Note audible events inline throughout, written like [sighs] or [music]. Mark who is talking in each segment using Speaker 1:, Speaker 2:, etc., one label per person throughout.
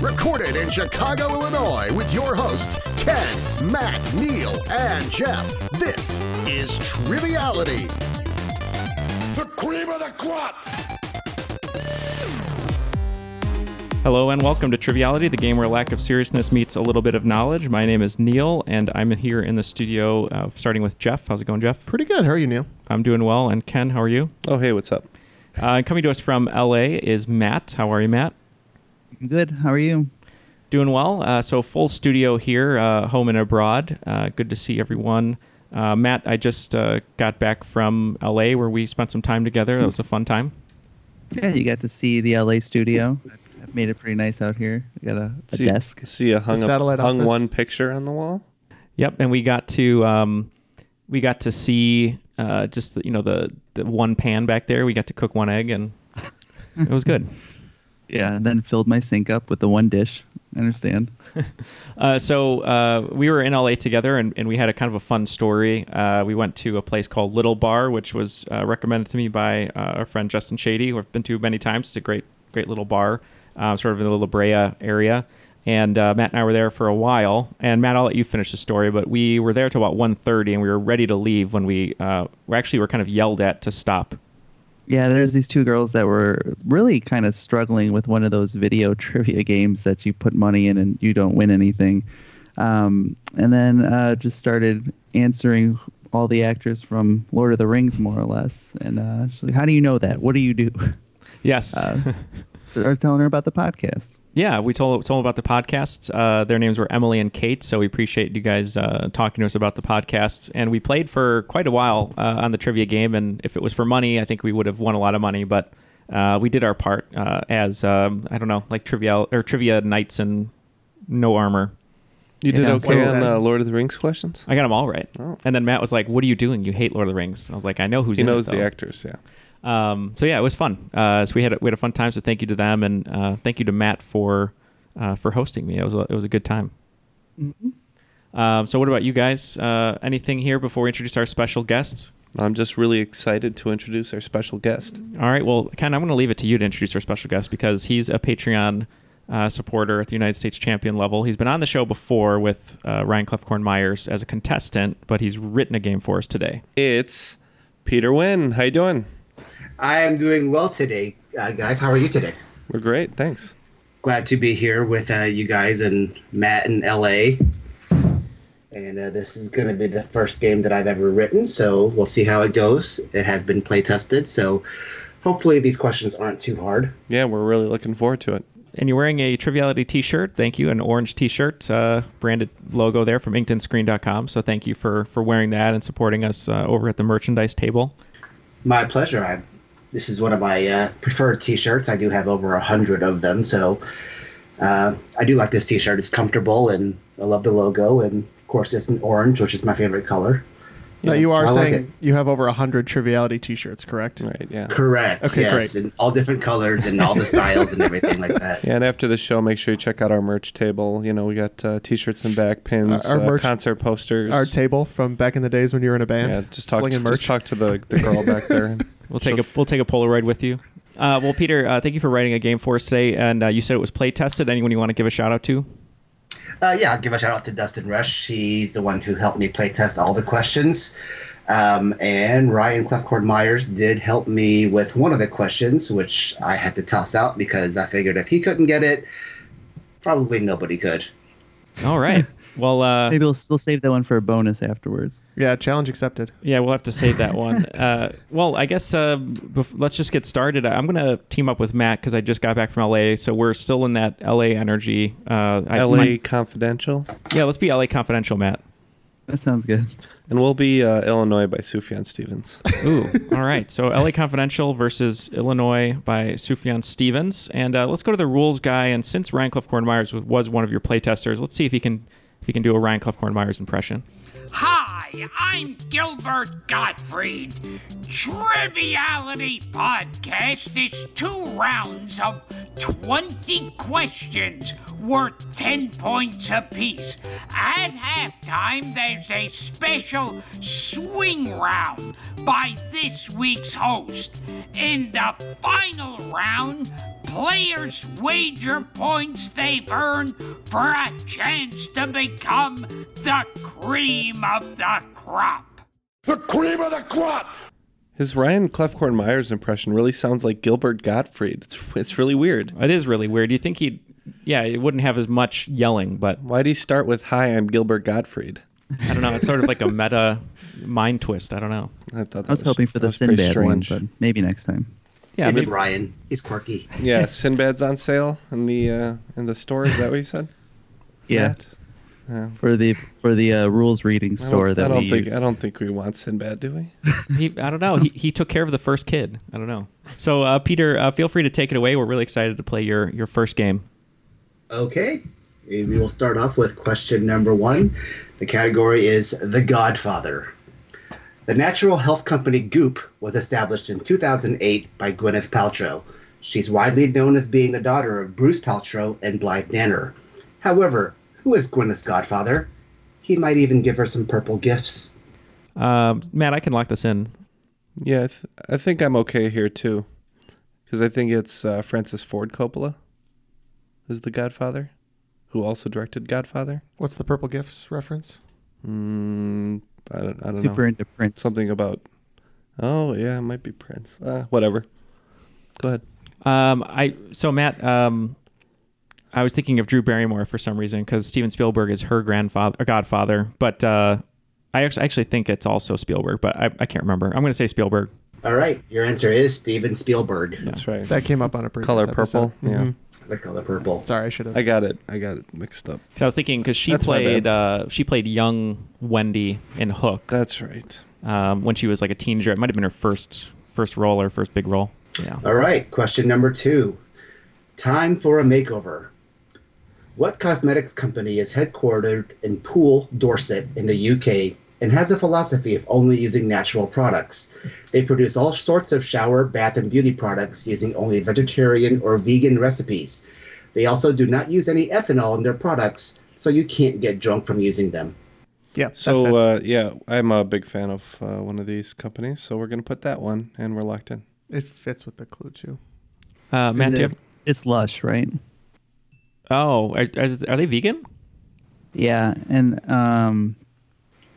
Speaker 1: Recorded in Chicago, Illinois, with your hosts, Ken, Matt, Neil, and Jeff. This is Triviality. The cream of the crop!
Speaker 2: Hello and welcome to Triviality, the game where lack of seriousness meets a little bit of knowledge. My name is Neil, and I'm here in the studio, uh, starting with Jeff. How's it going, Jeff?
Speaker 3: Pretty good. How are you, Neil?
Speaker 2: I'm doing well. And Ken, how are you?
Speaker 4: Oh, hey, what's up?
Speaker 2: Uh, coming to us from LA is Matt. How are you, Matt?
Speaker 5: I'm good. How are you?
Speaker 2: Doing well. Uh, so full studio here, uh, home and abroad. Uh, good to see everyone. Uh, Matt, I just uh, got back from LA where we spent some time together. That was a fun time.
Speaker 5: Yeah, you got to see the LA studio. I've- I've made it pretty nice out here. I got a, a
Speaker 4: see,
Speaker 5: desk.
Speaker 4: See a hung,
Speaker 3: The
Speaker 4: up-
Speaker 3: satellite
Speaker 4: hung
Speaker 3: office.
Speaker 4: one picture on the wall.
Speaker 2: Yep, and we got to um, we got to see uh, just the, you know the the one pan back there. We got to cook one egg, and it was good.
Speaker 5: [laughs] Yeah, and then filled my sink up with the one dish. I understand.
Speaker 2: Uh, so uh, we were in LA together, and, and we had a kind of a fun story. Uh, we went to a place called Little Bar, which was uh, recommended to me by uh, our friend Justin Shady, who I've been to many times. It's a great, great little bar, uh, sort of in the La Brea area. And uh, Matt and I were there for a while. And Matt, I'll let you finish the story, but we were there till about 1.30 and we were ready to leave when we uh, we actually were kind of yelled at to stop.
Speaker 5: Yeah, there's these two girls that were really kind of struggling with one of those video [laughs] trivia games that you put money in and you don't win anything. Um, and then uh, just started answering all the actors from Lord of the Rings, more or less. And uh, she's like, How do you know that? What do you do? [laughs]
Speaker 2: Yes. [laughs]
Speaker 5: Or telling her about the podcast.
Speaker 2: Yeah, we told told them about the podcast. Uh, their names were Emily and Kate, so we appreciate you guys uh, talking to us about the podcast. And we played for quite a while uh, on the trivia game. And if it was for money, I think we would have won a lot of money. But uh, we did our part uh, as um, I don't know, like trivia or trivia knights in no armor.
Speaker 4: You did
Speaker 5: Yeah,
Speaker 4: okay
Speaker 3: what's
Speaker 4: on
Speaker 3: that?
Speaker 4: uh, Lord of the Rings questions.
Speaker 2: I got them all right.
Speaker 4: Oh.
Speaker 2: And then Matt was like, "What are you doing? You hate Lord of the Rings." I was like, "I know who's
Speaker 4: He
Speaker 2: in it,
Speaker 4: knows the
Speaker 2: though."
Speaker 4: actors. Yeah.
Speaker 2: Um, so yeah, it was fun. Uh, so we had a, we had a fun time. So thank you to them, and uh, thank you to Matt for uh, for hosting me. It was a, it was a good time. Um, so what about you guys? Uh, anything here before we introduce our special guests?
Speaker 4: I'm just really excited to introduce our special guest.
Speaker 2: All right. Well, Ken, I'm going to leave it to you to introduce our special guest because he's a Patreon uh, supporter at the United States champion level. He's been on the show before with uh, Ryan Clefcorn Myers as a contestant, but he's written a game for us today.
Speaker 4: It's Peter Wynn. How you doing?
Speaker 6: I am doing well today, uh, guys. How are you today?
Speaker 4: We're great. Thanks.
Speaker 6: Glad to be here with uh, you guys and Matt in LA. And uh, this is going to be the first game that I've ever written, so we'll see how it goes. It has been play tested, so hopefully these questions aren't too hard.
Speaker 4: Yeah, we're really looking forward to it.
Speaker 2: and you're wearing a Triviality T-shirt. Thank you, an orange T-shirt, uh, branded logo there from InktonScreen.com. So thank you for for wearing that and supporting us uh, over at the merchandise table.
Speaker 6: My pleasure. I this is one of my uh, preferred T-shirts. I do have over a hundred of them, so uh, I do like this T-shirt. It's comfortable, and I love the logo. And of course, it's an orange, which is my favorite color.
Speaker 3: Now you
Speaker 6: I
Speaker 3: are
Speaker 6: like
Speaker 3: saying
Speaker 6: it.
Speaker 3: you have over hundred triviality T-shirts, correct?
Speaker 4: Right. Yeah.
Speaker 6: Correct.
Speaker 3: Okay,
Speaker 6: yes,
Speaker 3: great.
Speaker 6: and all different colors and all the styles and everything like that.
Speaker 4: Yeah, and after the show, make sure you check out our merch table. You know, we got uh, t-shirts and back pins,
Speaker 3: Our- our
Speaker 4: uh,
Speaker 3: merch-
Speaker 4: concert posters.
Speaker 3: Our table from back in the days when you were in a band.
Speaker 4: yeah, just talk,
Speaker 3: slinging
Speaker 4: just
Speaker 3: merch.
Speaker 4: talk to the, the girl
Speaker 3: [laughs]
Speaker 2: [laughs]
Speaker 4: back there.
Speaker 2: We'll take a we'll take a Polaroid with you. Uh, well, Peter, uh, thank you for writing a game for us today. And uh, you said it was play tested. Anyone you want to give a shout out to?
Speaker 6: Uh, yeah, I'll give a shout out to Dustin Rush. He's the one who helped me play test all the questions.
Speaker 7: Um, and Ryan Clefcord Myers did help me with one of the questions, which I had to toss out because I figured if he couldn't get it, probably nobody could.
Speaker 2: [laughs] All right. Well, uh,
Speaker 5: maybe we'll, we'll save that one for a bonus afterwards.
Speaker 3: Yeah, challenge accepted.
Speaker 2: Yeah, we'll have to save that [laughs] one. uh, well, I guess uh, bef- let's just get started. I'm going to team up with Matt because I just got back from LA. So we're still in that LA energy. Uh, I,
Speaker 4: LA
Speaker 2: my-
Speaker 4: Confidential.
Speaker 2: yeah, let's be LA confidential, Matt.
Speaker 5: That sounds good.
Speaker 4: And we'll be uh, Illinois by Sufjan Stevens.
Speaker 2: Ooh, all right. So LA Confidential versus Illinois by Sufjan Stevens. And uh, let's go to the rules guy. And since Ryan Clough Myers was one of your playtesters, let's see if he can if he can do a Ryan Clough Myers impression.
Speaker 8: Hi, I'm Gilbert Gottfried. Triviality Podcast is two rounds of 20 questions worth 10 points apiece. At halftime, there's a special swing round by this week's host. In the final round, players wager points they've earned for a chance to become the cream of the crop.
Speaker 9: The cream of the crop!
Speaker 4: His Ryan Clefcorn Myers impression really sounds like Gilbert Gottfried. It's, it's really weird.
Speaker 2: It is really weird. You think he'd, yeah, it wouldn't have as much yelling, but.
Speaker 4: Why'd he start with, Hi, I'm Gilbert Gottfried?
Speaker 2: I don't know. It's sort of like a meta mind twist. I don't know.
Speaker 4: I thought that
Speaker 5: I was, hoping
Speaker 4: that
Speaker 5: for the
Speaker 4: was pretty
Speaker 5: Sinbad one,
Speaker 4: strange.
Speaker 5: but maybe next time.
Speaker 2: Yeah,
Speaker 7: it's
Speaker 2: maybe-
Speaker 7: Ryan. He's quirky. [laughs]
Speaker 4: Yeah, Sinbad's on sale in the uh, in the store. Is that what you said?
Speaker 5: Yeah,
Speaker 4: Matt? Yeah.
Speaker 5: for the for the uh, rules reading
Speaker 4: I don't-
Speaker 5: store that
Speaker 4: I don't
Speaker 5: we
Speaker 4: think
Speaker 5: use.
Speaker 4: I don't think we want Sinbad, do
Speaker 5: [laughs]
Speaker 4: we?
Speaker 2: He, I don't know. He, he took care of the first kid. I don't know. So, uh, Peter, uh, feel free to take it away. We're really excited to play your, your first game.
Speaker 7: Okay. We will start off with question number one. The category is The Godfather. The natural health company Goop was established in 2008 by Gwyneth Paltrow. She's widely known as being the daughter of Bruce Paltrow and Blythe Danner. However, who is Gwyneth's godfather? He might even give her some purple gifts.
Speaker 2: Um, Matt, I can lock this in.
Speaker 4: Yeah, I, th- I think I'm okay here too, because I think it's uh, Francis Ford Coppola is the Godfather, who also directed Godfather.
Speaker 3: What's the purple gifts reference?
Speaker 4: Mm, I don't, I don't know.
Speaker 5: Super into Prince.
Speaker 4: Something about. Oh yeah, it might be Prince. Uh, whatever. Go ahead.
Speaker 2: Um, I so Matt, um, I was thinking of Drew Barrymore for some reason because Steven Spielberg is her grandfather, or godfather. But uh, I actually, actually think it's also Spielberg, but I, I can't remember. I'm going to say Spielberg.
Speaker 7: All right, your answer is Steven Spielberg.
Speaker 4: That's right.
Speaker 3: That came up on a previous
Speaker 4: Color
Speaker 3: episode.
Speaker 4: purple. Yeah,
Speaker 3: Mhm.
Speaker 7: The color purple.
Speaker 3: Sorry, I should have.
Speaker 4: I got it. I got it mixed up.
Speaker 2: 'Cause I was thinking because she
Speaker 4: That's my
Speaker 2: played uh, she played young Wendy in Hook
Speaker 4: That's right.
Speaker 2: um, when she was like a teenager. It might have been her first first role or first big role. Yeah.
Speaker 7: All right, question number two. Time for a makeover. What cosmetics company is headquartered in Poole, Dorset, in the UK, and has a philosophy of only using natural products? They produce all sorts of shower, bath, and beauty products using only vegetarian or vegan recipes. They also do not use any ethanol in their products, so you can't get drunk from using them.
Speaker 3: Yeah. that
Speaker 4: So
Speaker 3: fits.
Speaker 4: uh, yeah, I'm a big fan of uh, one of these companies, so we're gonna put that one, and we're locked in.
Speaker 3: it fits with the clue too.
Speaker 2: Uh, Matt, do you have,
Speaker 5: It's Lush, right?
Speaker 2: oh, are, are, are they vegan?
Speaker 5: Yeah, and um,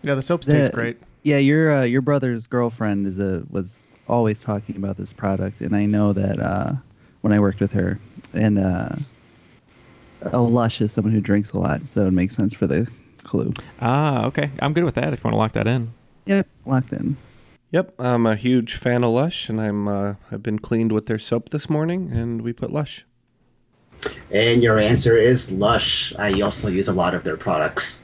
Speaker 3: Yeah, the soaps
Speaker 5: the-
Speaker 3: taste great.
Speaker 5: Yeah, your uh, your brother's girlfriend is a was always talking about this product, and I know that uh, when I worked with her, and uh, a lush is someone who drinks a lot, so it makes sense for the clue.
Speaker 2: Ah, okay. I'm good with that. If you want to lock that in.
Speaker 5: Yep, locked in.
Speaker 4: Yep, I'm a huge fan of Lush, and I'm uh, I've been cleaned with their soap this morning, and we put Lush.
Speaker 7: And your answer is Lush. I also use a lot of their products.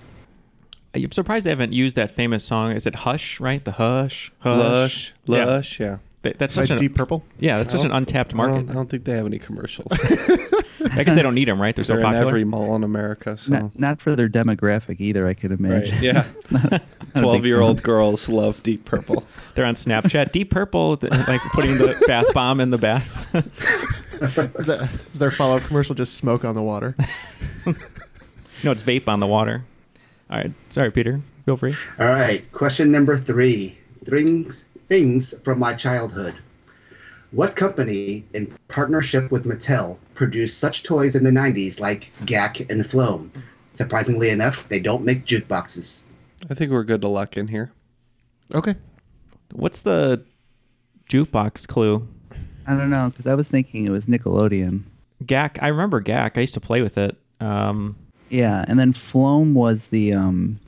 Speaker 2: I'm surprised they haven't used that famous song. Is it Hush? Right, the Hush, Hush,
Speaker 4: Lush,
Speaker 2: Yeah.
Speaker 4: Lush, yeah.
Speaker 2: Th- that's
Speaker 3: By
Speaker 2: such an
Speaker 3: Deep Purple.
Speaker 2: yeah, that's such an untapped
Speaker 4: I
Speaker 2: market.
Speaker 4: don't, I don't think they have any commercials.
Speaker 2: [laughs] I guess they don't need them, right? They're so
Speaker 4: They're in
Speaker 2: popular.
Speaker 4: every mall in America. So
Speaker 5: Not not for their demographic either, I can
Speaker 4: right,
Speaker 5: imagine. [laughs]
Speaker 4: yeah.
Speaker 5: so.
Speaker 4: [laughs] Twelve-year-old girls love Deep Purple.
Speaker 2: They're on Snapchat. Deep Purple, th- like putting the bath bomb in the bath.
Speaker 3: The- Is their follow-up commercial just smoke on the water?
Speaker 2: [laughs] no, it's vape on the water. All right, sorry, Peter. Feel free.
Speaker 7: All right, question number three. Things, things from my childhood. What company, in partnership with Mattel, produced such toys in the 90s like Gak and Floam? Surprisingly enough, they don't make jukeboxes.
Speaker 4: I think we're good to lock in here.
Speaker 3: Okay.
Speaker 2: What's the jukebox clue?
Speaker 5: I don't know because I was thinking it was Nickelodeon.
Speaker 2: Gak. I remember Gak. I used to play with it. Um,
Speaker 5: Yeah, and then Floam was the um,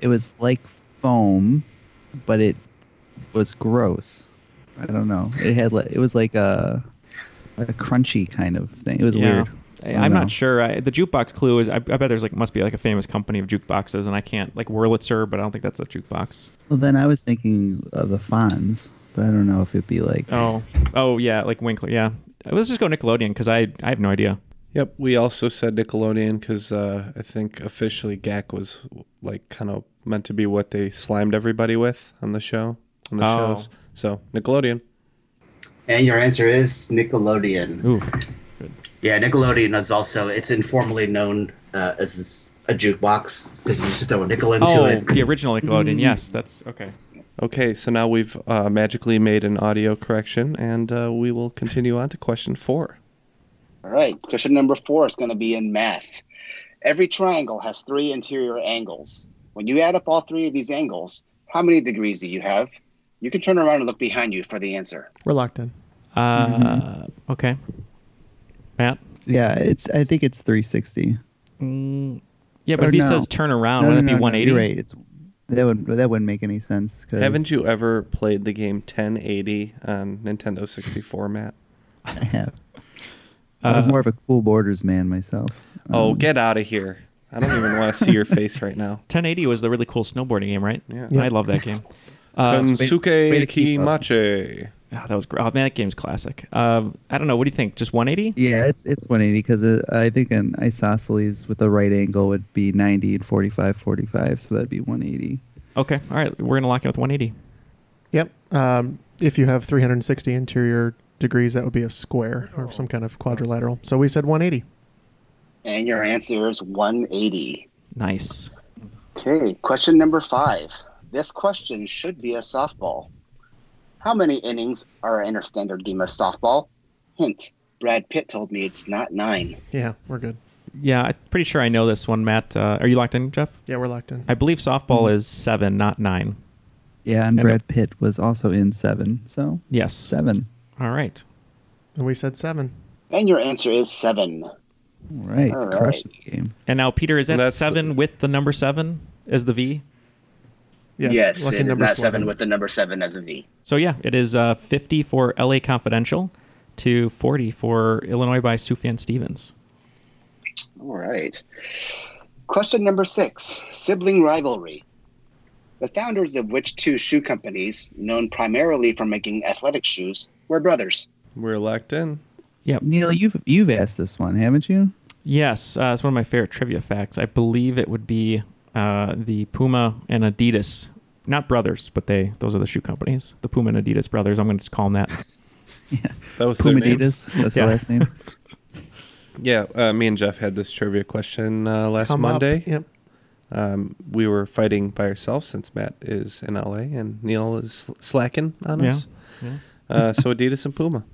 Speaker 5: it was like foam, but it was gross. I don't know. It had like it was like a a crunchy kind of thing. It was
Speaker 2: yeah.
Speaker 5: weird. I
Speaker 2: I-
Speaker 5: don't
Speaker 2: I'm
Speaker 5: know.
Speaker 2: not sure. I, the jukebox clue is. I, I bet there's like must be like a famous company of jukeboxes, and I can't like Wurlitzer, but I don't think that's a jukebox.
Speaker 5: Well, then I was thinking of the Fonz, but I don't know if it'd be like
Speaker 2: Oh, oh yeah, like Winkler. Yeah, let's just go Nickelodeon because I I have no idea.
Speaker 4: Yep, we also said Nickelodeon because uh, I think officially Gak was like kind of meant to be what they slimed everybody with on the show, on the
Speaker 6: Oh.
Speaker 4: shows. So Nickelodeon.
Speaker 6: And your answer is Nickelodeon.
Speaker 2: Ooh.
Speaker 6: Yeah, Nickelodeon is also it's informally known uh, as a jukebox because you just throw a nickel into
Speaker 4: Oh,
Speaker 6: it.
Speaker 2: The original Nickelodeon. yes, that's okay.
Speaker 4: Okay, so now we've uh, magically made an audio correction, and uh, we will continue on to question four.
Speaker 7: All right, question number four is going to be in math. Every triangle has three interior angles. When you add up all three of these angles, how many degrees do you have? You can turn around and look behind you for the answer.
Speaker 3: We're locked in. Mm-hmm.
Speaker 2: Uh, okay. Matt.
Speaker 5: yeah. It's I think it's 360.
Speaker 2: Mm, yeah, but
Speaker 5: Or
Speaker 2: if he
Speaker 5: no.
Speaker 2: says turn around,
Speaker 5: No,
Speaker 2: wouldn't
Speaker 5: no,
Speaker 2: it
Speaker 5: no,
Speaker 2: be 180?
Speaker 5: no, you're right. It's that would that wouldn't make any sense. Cause
Speaker 4: Haven't you ever played the game 1080 on Nintendo 64, Matt?
Speaker 5: I have. I
Speaker 2: Uh,
Speaker 5: was more of a cool borders man myself.
Speaker 4: oh,
Speaker 5: Um,
Speaker 4: get out of here! I don't even want to see your face right
Speaker 2: [laughs]
Speaker 4: now.
Speaker 2: 1080 was the really cool snowboarding game, right?
Speaker 4: Yeah.
Speaker 2: I love that [laughs] game.
Speaker 4: Kansuke
Speaker 2: way to keep up.
Speaker 4: Kimachi.
Speaker 2: Ah, that was great. Oh, man, that game's classic. Um, I don't know. What do you think? Just 180?
Speaker 5: Yeah, it's it's 180 because uh, I think an isosceles with a right angle would be 90 and 45, 45, so that'd be 180.
Speaker 2: Okay. All right. We're going to lock in with 180.
Speaker 3: Yep. Um, if you have 360 interior degrees, that would be a square or some kind of quadrilateral. So we said 180.
Speaker 7: And your answer is 180.
Speaker 2: Nice.
Speaker 7: Okay, question number five. This question should be a softball. How many innings are in a standard game of softball? Hint Brad Pitt told me it's not nine.
Speaker 3: Yeah, we're good.
Speaker 2: Yeah, I'm pretty sure I know this one, Matt. Uh, are you locked in, Jeff?
Speaker 3: Yeah, we're locked in.
Speaker 2: I believe softball is seven, not nine.
Speaker 5: Yeah, and,
Speaker 2: And-
Speaker 5: Brad Pitt was also in seven, so
Speaker 2: Yes.
Speaker 5: seven.
Speaker 2: All right.
Speaker 3: And we said seven.
Speaker 7: And your answer is seven.
Speaker 5: Right,
Speaker 7: All
Speaker 5: crushed the game.
Speaker 2: And now, Peter, is that
Speaker 4: That's-
Speaker 2: seven with the number seven as the V?
Speaker 7: Yes, it is not seven with the number seven as a V.
Speaker 2: So, yeah, it is uh, 50 for LA Confidential to 40 for Illinois by Sufjan Stevens.
Speaker 7: All right. Question number six sibling rivalry. The founders of which two shoe companies, known primarily for making athletic shoes, were brothers?
Speaker 4: We're locked in.
Speaker 2: Yeah,
Speaker 5: Neil, you've you've asked this one, haven't you?
Speaker 2: Yes, uh, it's one of my favorite trivia facts. I believe it would be uh, the Puma and Adidas, not brothers, but they those are the shoe companies. The Puma and Adidas brothers. I'm going to just call them
Speaker 5: [laughs]
Speaker 2: that.
Speaker 4: That was
Speaker 5: Puma
Speaker 4: their names.
Speaker 5: Adidas, that's their last name.
Speaker 4: Yeah, uh, me and Jeff had this trivia question uh, last
Speaker 3: Come up,
Speaker 4: Monday.
Speaker 3: yep.
Speaker 4: Um, we were fighting by ourselves since Matt is in LA and Neil is slacking on
Speaker 2: Yeah.
Speaker 4: us.
Speaker 2: Yeah.
Speaker 4: Uh, so Adidas and
Speaker 2: [laughs]
Speaker 4: Puma.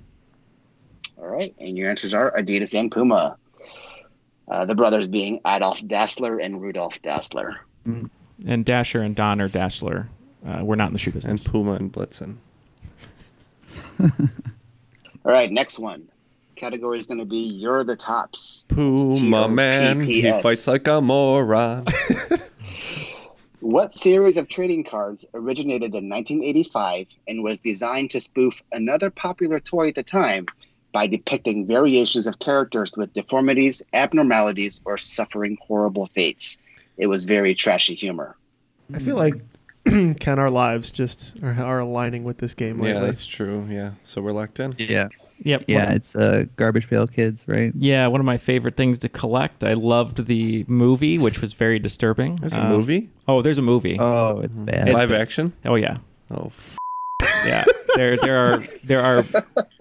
Speaker 7: All right. And your answers are Adidas and Puma. Uh, the brothers being Adolf Dassler and Rudolf Dassler.
Speaker 2: Mm-hmm. And Dasher and Don or Dashler. Uh, we're not in the shoe business.
Speaker 4: And Puma and Blitzen.
Speaker 7: All right. Next one. Category is going to be You're the Tops.
Speaker 4: Puma man, he
Speaker 7: T-O-P-P-S.
Speaker 4: fights like a
Speaker 2: [laughs]
Speaker 4: moron.
Speaker 7: What series of trading cards originated in 1985 and was designed to spoof another popular toy at the time by depicting variations of characters with deformities, abnormalities, or suffering horrible fates? It was very trashy humor.
Speaker 3: I feel like [clears throat] can our lives just are, are aligning with this game
Speaker 4: yeah,
Speaker 3: lately.
Speaker 4: that's true. Yeah, so we're locked in.
Speaker 5: Yeah.
Speaker 2: Yep.
Speaker 5: Yeah, it's uh, Garbage Pail Kids, right?
Speaker 2: Yeah, one of my favorite things to collect. I loved the movie, which was very disturbing.
Speaker 4: There's a movie? Mm-hmm.
Speaker 2: Oh, there's a movie.
Speaker 5: Oh, it's bad.
Speaker 4: Live action?
Speaker 2: Oh yeah.
Speaker 4: Oh.
Speaker 2: yeah. There there are there are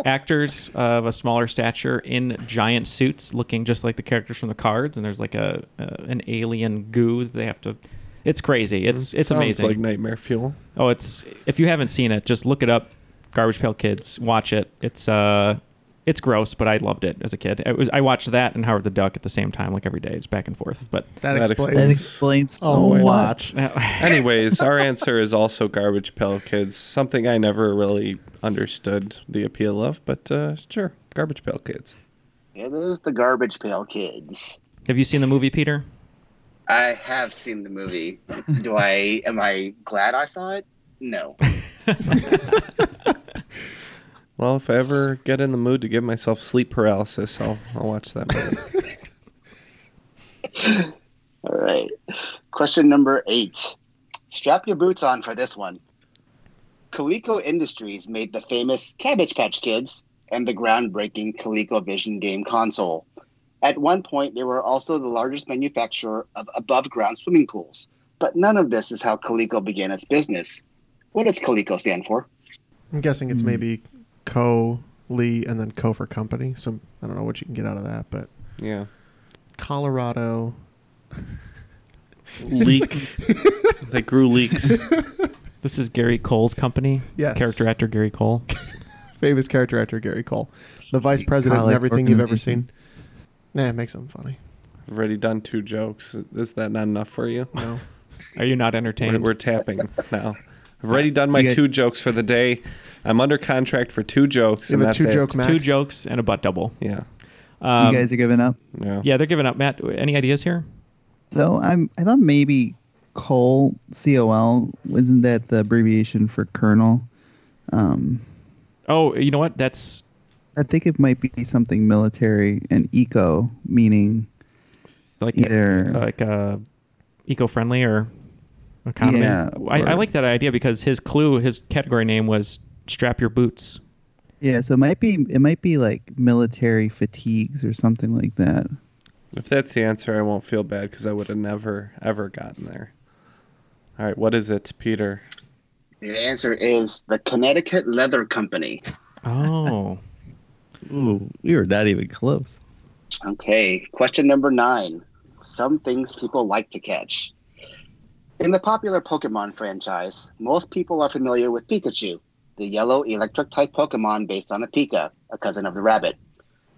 Speaker 2: actors of a smaller stature in giant suits looking just like the characters from the cards and there's like a uh, an alien goo that they have to It's crazy. It's it's
Speaker 4: Mm, Sounds
Speaker 2: amazing.
Speaker 4: like nightmare fuel.
Speaker 2: oh, it's if you haven't seen it, just look it up. Garbage Pail Kids, watch it. It's uh It's gross, but I loved it as a kid. It was I watched that and Howard the Duck at the same time, like every day. It's back and forth. But
Speaker 3: That That explains- explains a lot.
Speaker 2: [laughs]
Speaker 4: Anyways, our answer is also Garbage Pail Kids, something I never really understood the appeal of, but uh, sure, Garbage Pail Kids.
Speaker 7: It is the Garbage Pail Kids.
Speaker 2: Have you seen the movie, Peter?
Speaker 7: I have seen the movie. Do I? Am I glad I saw it? No.
Speaker 4: Well, if I ever get in the mood to give myself sleep paralysis, I'll, I'll watch that movie.
Speaker 2: [laughs]
Speaker 7: All right. Question number eight. Strap your boots on for this one. Coleco Industries made the famous Cabbage Patch Kids and the groundbreaking ColecoVision game console. At one point, they were also the largest manufacturer of above ground swimming pools, but none of this is how Coleco began its business. What does Coleco stand for?
Speaker 3: I'm guessing
Speaker 4: Hmm.
Speaker 3: it's maybe co Lee and then co for company. So I don't know what you can get out of that, but
Speaker 4: yeah,
Speaker 3: Colorado [laughs]
Speaker 4: Leak. they grew leaks.
Speaker 2: This is Gary Cole's company.
Speaker 3: Yes.
Speaker 2: Character actor Gary Cole.
Speaker 3: famous character actor Gary Cole, the vice president and
Speaker 4: Colleague
Speaker 3: everything you've ever
Speaker 4: organization.
Speaker 3: seen. Nah, it makes them funny.
Speaker 4: I've already done two jokes. Is that not enough for you?
Speaker 3: No.
Speaker 2: Are you not entertained?
Speaker 4: We're, we're tapping
Speaker 2: [laughs]
Speaker 4: now. I've already done my
Speaker 2: You get-
Speaker 4: two jokes for the day. I'm under contract for two jokes.
Speaker 2: You
Speaker 4: and
Speaker 2: have a
Speaker 4: that's it.
Speaker 2: two-joke max? Two jokes and a butt double.
Speaker 4: Yeah.
Speaker 2: Um,
Speaker 5: you guys are giving up.
Speaker 4: Yeah.
Speaker 2: Yeah, they're giving up. Matt, any ideas here?
Speaker 5: So I'm. I thought maybe Cole C O L wasn't that the abbreviation for Colonel? Um,
Speaker 2: Oh, you know what? That's
Speaker 5: I think it might be something military and eco, meaning
Speaker 2: like
Speaker 5: either
Speaker 2: like uh, eco-friendly or economy.
Speaker 5: Yeah,
Speaker 2: I, I
Speaker 5: or-
Speaker 2: like that idea because his clue, his category name was "Strap Your Boots."
Speaker 5: yeah. So it might be it might be like military fatigues or something like that.
Speaker 4: If that's the answer, I won't feel bad because I would have never, ever gotten there. All right, what is it, Peter?
Speaker 7: The answer is the Connecticut Leather Company.
Speaker 4: [laughs]
Speaker 2: Oh.
Speaker 5: Ooh, we were not even close.
Speaker 7: Okay, question number nine. Some things people like to catch. In the popular Pokemon franchise, most people are familiar with Pikachu, the yellow electric type Pokemon based on a Pika, a cousin of the rabbit.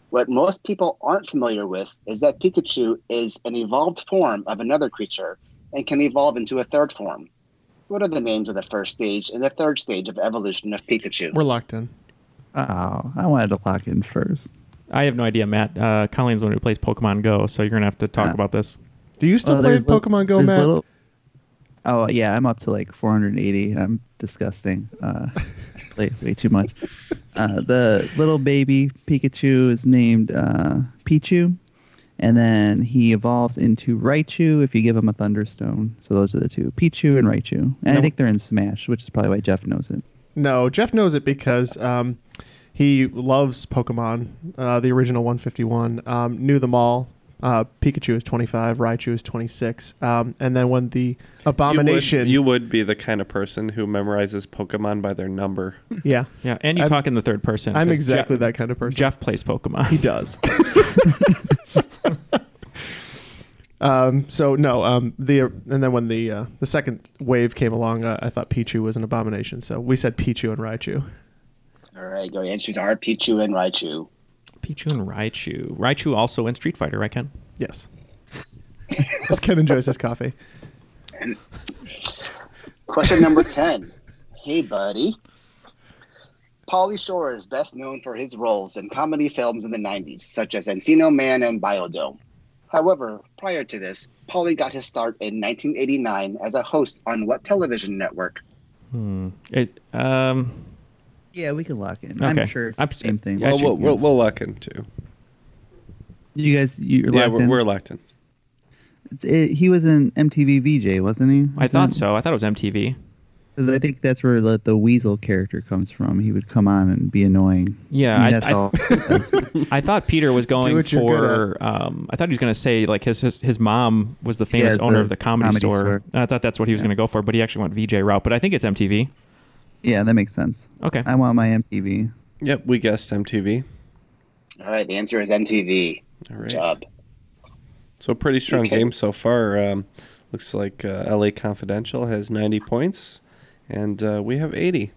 Speaker 7: What most people aren't familiar with is that Pikachu is an evolved form of another creature and can evolve into a third form. What are the names of the first stage and the third stage of evolution of Pikachu?
Speaker 3: We're locked in.
Speaker 5: Oh, I wanted to lock in first.
Speaker 2: I have no idea, Matt. Uh, Colleen's the one who plays Pokemon Go, so you're gonna have to talk about this.
Speaker 3: Do you still
Speaker 5: Ah. Oh,
Speaker 3: play
Speaker 5: there's lit-
Speaker 3: Pokemon Go,
Speaker 5: there's
Speaker 3: Matt?
Speaker 5: little- oh yeah, I'm up to like 480. I'm disgusting. Uh,
Speaker 3: [laughs]
Speaker 5: play way too much. Uh, the little baby Pikachu is named uh, Pichu, and then he evolves into Raichu if you give him a Thunderstone. So those are the two, Pichu and Raichu. And I
Speaker 3: No.
Speaker 5: think they're in Smash, which is probably why Jeff knows it.
Speaker 3: No, Jeff knows it because um, he loves Pokemon, uh, the original 151. Um, knew them all. Uh, Pikachu is 25, Raichu is 26. Um, and then when the abomination.
Speaker 4: You would, you would be the kind of person who memorizes Pokemon by their number.
Speaker 3: [laughs] yeah.
Speaker 2: Yeah, and you
Speaker 3: I'm-
Speaker 2: talk in the third person.
Speaker 3: I'm
Speaker 2: 'cause
Speaker 3: exactly
Speaker 2: Jeff-
Speaker 3: that kind of person.
Speaker 2: Jeff plays Pokemon.
Speaker 3: He
Speaker 2: [laughs]
Speaker 3: does. Um, so no, um, the and then when the uh, the second wave came along, uh, I thought Pichu was an abomination. So we said Pichu and Raichu.
Speaker 7: All right, your answers are Pichu and Raichu.
Speaker 2: Pichu and Raichu. Raichu also in Street Fighter, right, Ken?
Speaker 3: Yes. [laughs] As Ken enjoys his coffee.
Speaker 7: Question number 10. Hey, buddy. Pauly Shore is best known for his roles in comedy films in the 90s, such as Encino Man and Biodome. However, prior to this, Pauly got his start in 1989 as a host on what television network?
Speaker 2: Hmm. Is- um,
Speaker 5: Yeah, we can lock in.
Speaker 2: okay.
Speaker 5: I'm sure it's the same thing.
Speaker 4: Well, we'll, we'll, we'll lock in too.
Speaker 5: you guys, you're
Speaker 4: yeah,
Speaker 5: locked
Speaker 4: we're,
Speaker 5: in.
Speaker 4: we're locked in.
Speaker 5: It's- it- he was an MTV VJ, wasn't he?
Speaker 2: I thought so. I thought it was MTV.
Speaker 5: Because I think that's where the, the weasel character comes from. He would come on and be annoying.
Speaker 2: Yeah,
Speaker 5: I mean,
Speaker 2: I-
Speaker 5: that's
Speaker 2: I- [laughs]
Speaker 5: all.
Speaker 2: I thought Peter was going
Speaker 5: what you're good
Speaker 2: for. Um, I thought he was going to say like his, his his mom was the famous
Speaker 5: it's
Speaker 2: owner
Speaker 5: the
Speaker 2: of the comedy,
Speaker 5: Comedy
Speaker 2: store.
Speaker 5: Store.
Speaker 2: And I thought that's what he was going to go for, but he actually went VJ route. But I think it's MTV.
Speaker 5: yeah, that makes sense.
Speaker 2: Okay.
Speaker 5: I want my MTV.
Speaker 4: Yep, we guessed MTV.
Speaker 7: All right, the answer is MTV.
Speaker 4: All right.
Speaker 7: Job.
Speaker 4: So pretty strong
Speaker 7: Okay.
Speaker 4: game so far. Um, looks like uh, LA Confidential has 90 points, and uh, we have 80.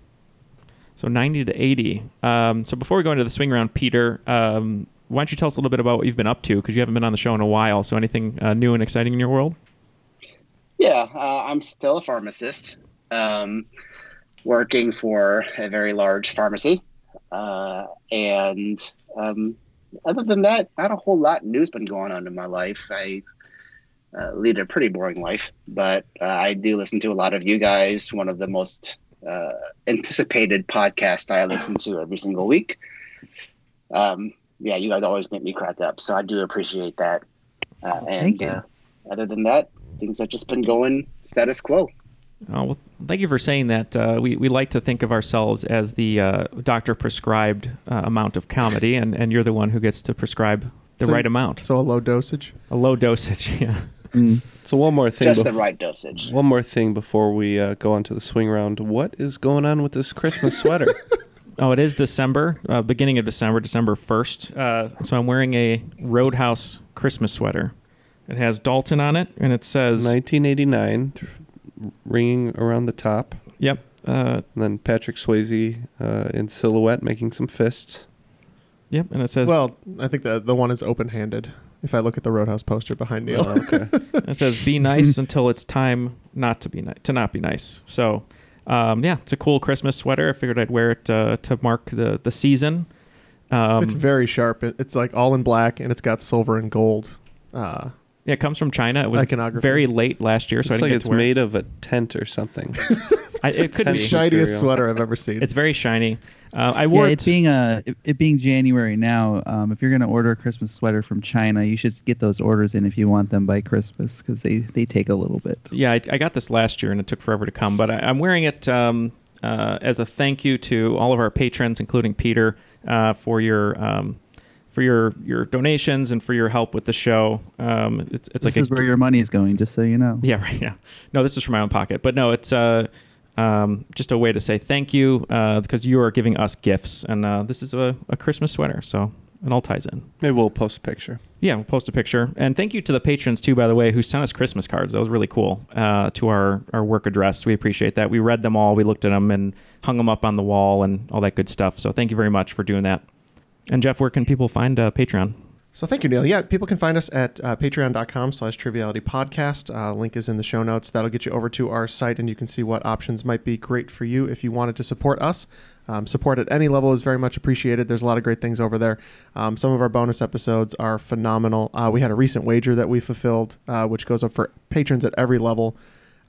Speaker 2: So 90 to 80. Um, so before we go into the swing round, Peter, um, why don't you tell us a little bit about what you've been up to? Because you haven't been on the show in a while. So anything uh, new and exciting in your world?
Speaker 7: Yeah, uh, I'm still a pharmacist, um, working for a very large pharmacy. Uh, and um, other than that, not a whole lot new's been going on in my life. I uh, lead a pretty boring life, but uh, I do listen to a lot of you guys. One of the most uh, anticipated podcasts I listen to every single week. Um, yeah, you guys always make me crack up, so I do appreciate that. Uh, and
Speaker 2: thank you.
Speaker 7: Uh, other than that, things have just been going status quo.
Speaker 2: Oh, well, thank you for saying that. Uh, we, we like to think of ourselves as the uh, doctor prescribed uh, amount of comedy, and, and you're the one who gets to prescribe the
Speaker 3: So-
Speaker 2: right amount.
Speaker 3: So a low dosage.
Speaker 2: A low dosage, [laughs] yeah.
Speaker 4: So one more thing,
Speaker 3: Mm. Just the
Speaker 4: bef-
Speaker 3: right
Speaker 7: dosage.
Speaker 4: One more thing before we uh, go on to the swing round. What is going on with this Christmas
Speaker 3: [laughs]
Speaker 4: sweater?
Speaker 2: Oh, it is December, uh, beginning of December, December 1st. Uh, so I'm wearing a Roadhouse Christmas sweater. It has Dalton on it, and it says
Speaker 4: 1989, th- ringing around the top.
Speaker 2: Yep. Uh,
Speaker 4: and then Patrick Swayze uh, in silhouette making some fists.
Speaker 2: Yep, and it says
Speaker 3: Well, I think the the one is open handed. If I look at the Roadhouse poster behind
Speaker 2: [laughs]
Speaker 3: Neil.
Speaker 4: Oh, okay.
Speaker 2: it says
Speaker 3: [laughs]
Speaker 2: be nice until it's time not to be ni- to not be nice. So, um, yeah, it's a cool Christmas sweater. I figured I'd wear it uh, to mark the the season. Um,
Speaker 3: it's very sharp. It- It's like all in black, and it's got silver and gold. Uh,
Speaker 2: yeah, it comes from China. It was
Speaker 3: Iconography.
Speaker 2: very late last year, so
Speaker 4: Looks
Speaker 2: I didn't
Speaker 4: like
Speaker 2: get
Speaker 4: it's
Speaker 2: to wear.
Speaker 4: made of a tent or something.
Speaker 2: [laughs] I, it could
Speaker 4: tent
Speaker 2: be
Speaker 4: material.
Speaker 3: I've ever seen.
Speaker 2: It's very shiny. Uh, I wore
Speaker 5: yeah,
Speaker 2: it.
Speaker 5: it being uh, it, it being January now. Um, if you're gonna order a Christmas sweater from China, you should get those orders in if you want them by Christmas because they they take a little bit.
Speaker 2: Yeah, I, I got this last year and it took forever to come, but I, I'm wearing it um, uh, as a thank you to all of our patrons, including Peter, uh, for your um, for your your donations and for your help with the show. Um, it's it's
Speaker 5: this
Speaker 2: like
Speaker 5: is
Speaker 2: a,
Speaker 5: where your money is going, just so you know.
Speaker 2: [laughs] yeah right yeah no this is from my own pocket, but no it's uh, um, just a way to say thank you uh, because you are giving us gifts and uh, this is a, a Christmas sweater, so it all ties in.
Speaker 4: Maybe we'll post a picture.
Speaker 2: Yeah, we'll post a picture. And thank you to the patrons too, by the way, who sent us Christmas cards. That was really cool. Uh, to our our work address, we appreciate that. We read them all, we looked at them, and hung them up on the wall and all that good stuff. So thank you very much for doing that. And Jeff, where can people find uh, Patreon?
Speaker 3: So thank you, Neil. Yeah, people can find us at uh, patreon.com slash triviality podcast. Uh, link is in the show notes. That'll get you over to our site and you can see what options might be great for you if you wanted to support us. Um, support at any level is very much appreciated. There's a lot of great things over there. Um, some of our bonus episodes are phenomenal. Uh, we had a recent wager that we fulfilled, uh, which goes up for patrons at every level,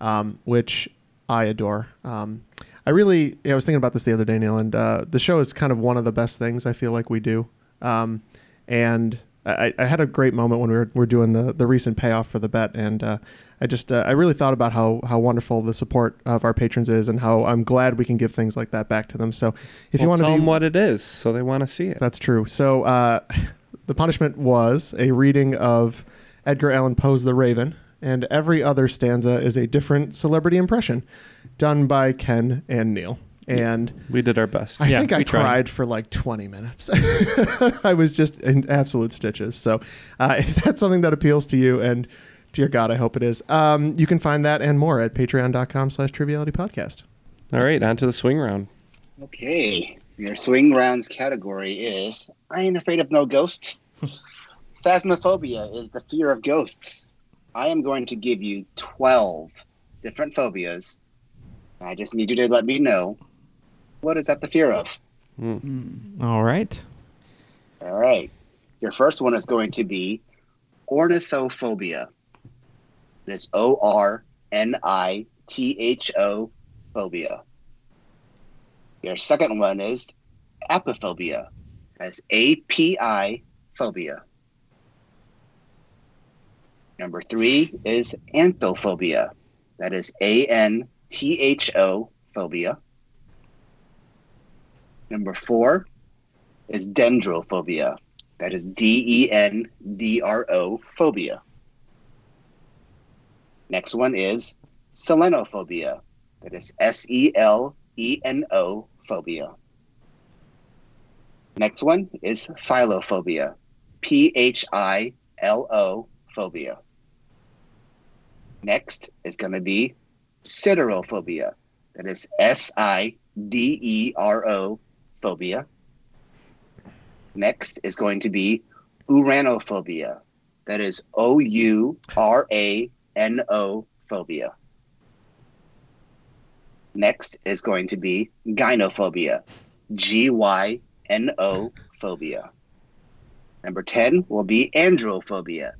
Speaker 3: um, which I adore. Um, I really, yeah, I was thinking about this the other day, Neil, and uh, the show is kind of one of the best things I feel like we do. Um, and I, I had a great moment when we were, were doing the, the recent payoff for the bet, and uh, I just uh, I really thought about how how wonderful the support of our patrons is, and how I'm glad we can give things like that back to them. So if you
Speaker 4: Well,
Speaker 3: want to
Speaker 4: tell
Speaker 3: be
Speaker 4: them what it is, so they want to see it.
Speaker 3: that's true. So uh, [laughs] the punishment was a reading of Edgar Allan Poe's The Raven, and every other stanza is a different celebrity impression done by Ken and Neil. And
Speaker 4: we did our best.
Speaker 3: I think I cried for like 20 minutes. [laughs] I was just in absolute stitches. So uh, [laughs] if that's something that appeals to you, and dear God, I hope it is, um, you can find that and more at patreon.com slash triviality podcast.
Speaker 4: All right, on to the swing round.
Speaker 7: Okay, your swing rounds category is I ain't afraid of no [laughs] ghost. Phasmophobia is the fear of ghosts. I am going to give you 12 different phobias. I just need you to let me know what is that the fear of?
Speaker 2: Mm. All right.
Speaker 7: All right. Your first one is going to be ornithophobia. It's O R N I T H O phobia. Your second one is apophobia. That's A P I phobia. Number three is anthophobia. That is A N T H O phobia. Number four is dendrophobia. That is D E N D R O phobia. Next one is selenophobia. That is S E L E N O phobia. Next one is philophobia. P H I L O phobia. Next is going to be siderophobia. That is S I D E R O phobia. Next is going to be uranophobia. That is O U R A N O phobia. Next is going to be gynophobia. G Y N O phobia. Number 10 will be androphobia.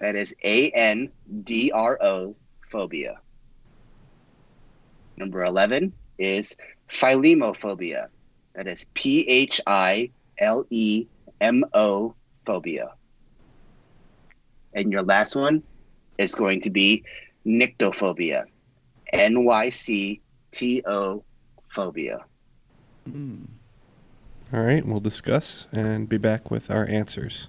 Speaker 7: That is A N D R O phobia. Number 11 is philemophobia. That is P H I L E M O phobia. And your last one is going to be nyctophobia. N Y C T O phobia.
Speaker 4: All right, we'll discuss and be back with our answers.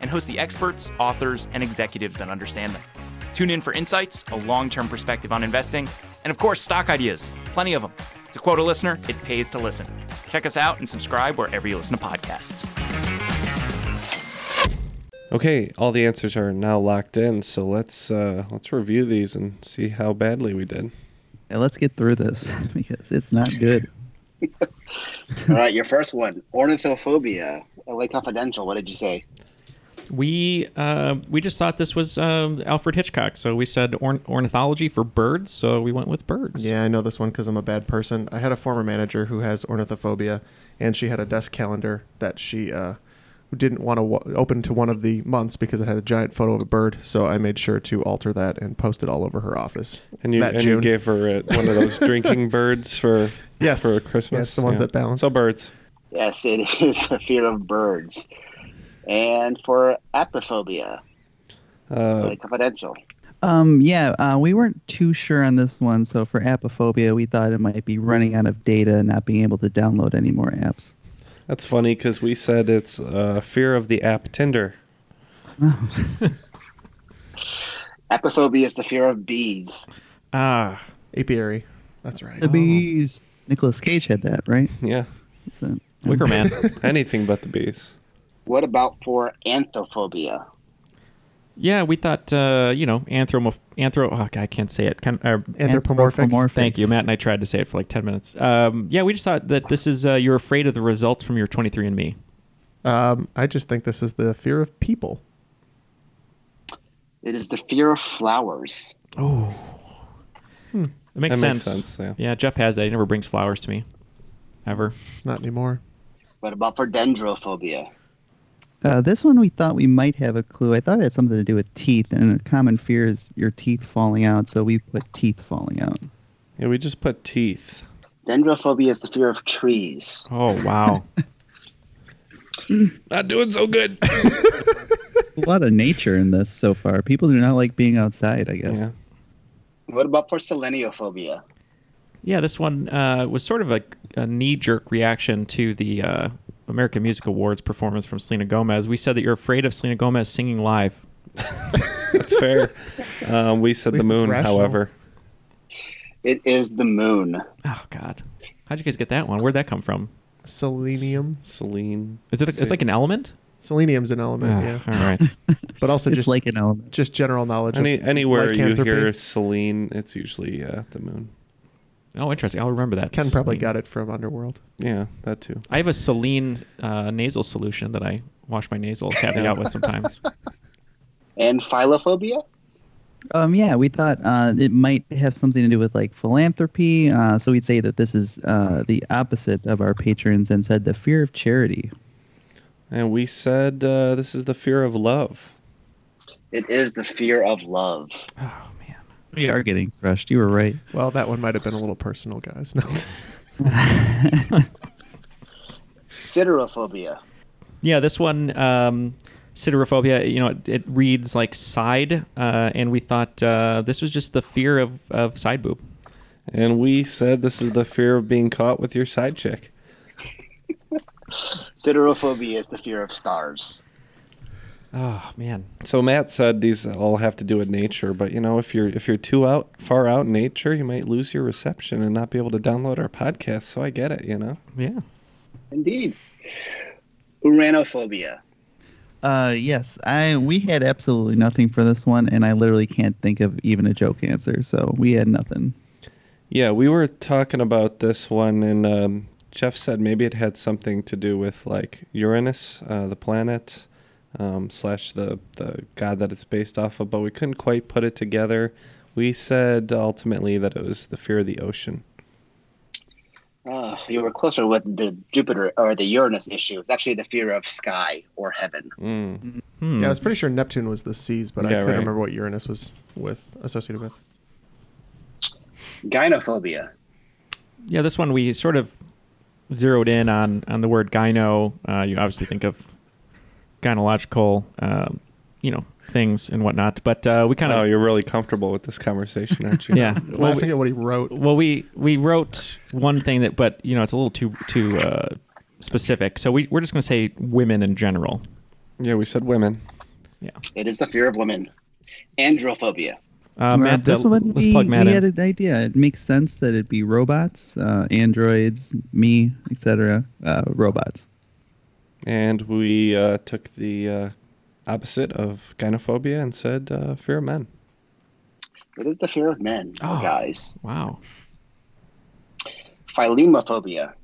Speaker 10: and host the experts, authors, and executives that understand them. Tune in for insights, a long term perspective on investing, and of course, stock ideas. Plenty of them. To quote a listener, it pays to listen. Check us out and subscribe wherever you listen to podcasts.
Speaker 4: Okay, all the answers are now locked in, so let's uh, let's review these and see how badly we did.
Speaker 5: Yeah, let's get through this [laughs] because it's not good.
Speaker 7: All right, your first one, ornithophobia. LA Confidential. What did you say?
Speaker 2: We uh, we just thought this was um, Alfred Hitchcock, so we said orn- ornithology for birds, so we went with birds.
Speaker 3: Yeah, I know this one because I'm a bad person. I had a former manager who has ornithophobia, and she had a desk calendar that she uh, didn't want to w- open to one of the months because it had a giant photo of a bird. So I made sure to alter that and post it all over her office.
Speaker 4: And you,
Speaker 3: that
Speaker 4: and you
Speaker 3: June.
Speaker 4: gave her uh, one of
Speaker 3: [laughs]
Speaker 4: those drinking birds for
Speaker 3: Yes.
Speaker 4: for Christmas.
Speaker 3: Yes, the ones that bounce.
Speaker 4: So birds.
Speaker 7: Yes, it is a fear of birds. And for apophobia,
Speaker 4: Uh,
Speaker 7: LA Confidential.
Speaker 5: Um, yeah, uh, we weren't too sure on this one. So for apophobia, we thought it might be running out of data and not being able to download any more apps.
Speaker 4: that's funny because we said it's uh, fear of the app Tinder.
Speaker 7: Apophobia is the fear of bees.
Speaker 2: Ah,
Speaker 3: apiary. That's right.
Speaker 5: The bees. Nicholas Cage had that, right?
Speaker 4: Yeah.
Speaker 5: So,
Speaker 2: Wicker Man.
Speaker 4: [laughs] Anything but the bees.
Speaker 7: What about for anthophobia?
Speaker 2: Yeah, we thought uh, you know anthromo anthro. Oh, God, I can't say it. Kind of, uh,
Speaker 3: Anthropomorphic. Anthropomorphic.
Speaker 2: Thank you, Matt. And I tried to say it for like ten minutes. Um, yeah, we just thought that this is uh, you're afraid of the results from your 23andMe.
Speaker 3: Um, I just think this is the fear of people.
Speaker 7: It is the fear of flowers.
Speaker 2: Oh,
Speaker 3: Hmm.
Speaker 2: It makes
Speaker 4: That
Speaker 2: sense.
Speaker 4: makes sense,
Speaker 2: yeah. Jeff has that. He never brings flowers to me, ever.
Speaker 3: Not anymore.
Speaker 7: What about for dendrophobia?
Speaker 5: [laughs] Uh, this one we thought we might have a clue. I thought it had something to do with teeth, and a common fear is your teeth falling out. So we put teeth falling out.
Speaker 4: Yeah, we just put teeth.
Speaker 7: Dendrophobia is the fear of trees.
Speaker 2: Oh wow.
Speaker 4: Not doing so good.
Speaker 5: [laughs] a lot of nature in this so far. People do not like being outside. I guess.
Speaker 7: What about for seleniophobia?
Speaker 2: Yeah, this one uh, was sort of a, a knee jerk reaction to the uh, American Music Awards performance from Selena Gomez. We said that you're afraid of Selena Gomez singing live.
Speaker 4: [laughs] That's
Speaker 2: [laughs]
Speaker 4: fair. Um, we said the
Speaker 2: At least it's
Speaker 4: moon,
Speaker 2: rational.
Speaker 4: however.
Speaker 7: It is the moon.
Speaker 2: Oh God, how'd you guys get that one? Where'd that come from?
Speaker 3: Selenium.
Speaker 4: Selene.
Speaker 2: Is it? A, it's like an element.
Speaker 3: Selenium's an element.
Speaker 2: Ah,
Speaker 3: yeah.
Speaker 2: all right.
Speaker 3: [laughs] but also
Speaker 5: It's
Speaker 3: just
Speaker 5: like an element.
Speaker 3: Just general knowledge. of
Speaker 4: Any, anywhere you
Speaker 3: lycanthropy.
Speaker 4: hear Selene, it's usually uh, the moon.
Speaker 2: Oh, interesting. I'll remember that. Hmm.
Speaker 3: Ken probably got it from Underworld.
Speaker 4: Yeah, that too.
Speaker 2: I have a saline uh, nasal solution that I wash my nasal cavity out with [laughs] sometimes.
Speaker 7: [laughs] And philophobia?
Speaker 5: Um, yeah, we thought uh, it might have something to do with like philanthropy. Uh, so we'd say that this is uh, the opposite of our patrons and said the fear of charity.
Speaker 4: And we said uh, this is the fear of love.
Speaker 7: It is the fear of love.
Speaker 5: We are getting crushed. You were right.
Speaker 3: Well, that one might have been a little personal, guys. [laughs] No.
Speaker 7: Siderophobia.
Speaker 2: Yeah, this one, um, siderophobia, you know, it, it reads like side, uh, and we thought uh, this was just the fear of, of side boob.
Speaker 4: And we said this is the fear of being caught with your side chick.
Speaker 7: Siderophobia is the fear of stars.
Speaker 2: Oh man.
Speaker 4: So Matt said these all have to do with nature, but you know, if you're if you're too out far out in nature, you might lose your reception and not be able to download our podcast. So I get it, you know.
Speaker 2: Yeah.
Speaker 7: Indeed. Uranophobia.
Speaker 5: Uh, yes, I we had absolutely nothing for this one, and I literally can't think of even a joke answer. So we had nothing.
Speaker 4: Yeah, we were talking about this one, and um, Jeff said maybe it had something to do with like Uranus, uh, the planet, um, slash the the god that it's based off of, but we couldn't quite put it together. We said ultimately that it was the fear of the ocean.
Speaker 7: Uh, you were closer with the Jupiter or the Uranus issue. It's actually the fear of sky or heaven.
Speaker 3: Mm-hmm.
Speaker 4: Mm.
Speaker 2: Hmm.
Speaker 3: Yeah, I was pretty sure Neptune was the seas, but I
Speaker 4: Yeah,
Speaker 3: couldn't
Speaker 4: right.
Speaker 3: remember what Uranus was with associated with.
Speaker 7: Gynophobia.
Speaker 2: Yeah, this one we sort of zeroed in on on the word gyno. Uh, you obviously think of gynecological, um, you know, things and whatnot. But uh, we kind of
Speaker 4: oh, you're really comfortable with this conversation, aren't you?
Speaker 2: [laughs] yeah.
Speaker 3: Well, I forget what he wrote.
Speaker 2: Well, we we wrote one thing that, but you know, it's a little too too uh, specific. So we we're just going to say women in general.
Speaker 4: Yeah, we said women.
Speaker 7: It is the fear of women. Androphobia.
Speaker 2: Uh,
Speaker 5: Well,
Speaker 2: Matt,
Speaker 5: this
Speaker 2: uh,
Speaker 5: one
Speaker 2: let's
Speaker 5: we,
Speaker 2: plug Matt
Speaker 5: we
Speaker 2: in.
Speaker 5: had an idea. It makes sense that it'd be robots, uh, androids, me, etc. Uh, robots.
Speaker 4: And we uh, took the uh, opposite of gynophobia and said uh, fear of men.
Speaker 7: It is the fear of men,
Speaker 4: Oh.
Speaker 7: guys.
Speaker 2: Wow.
Speaker 7: Philemophobia.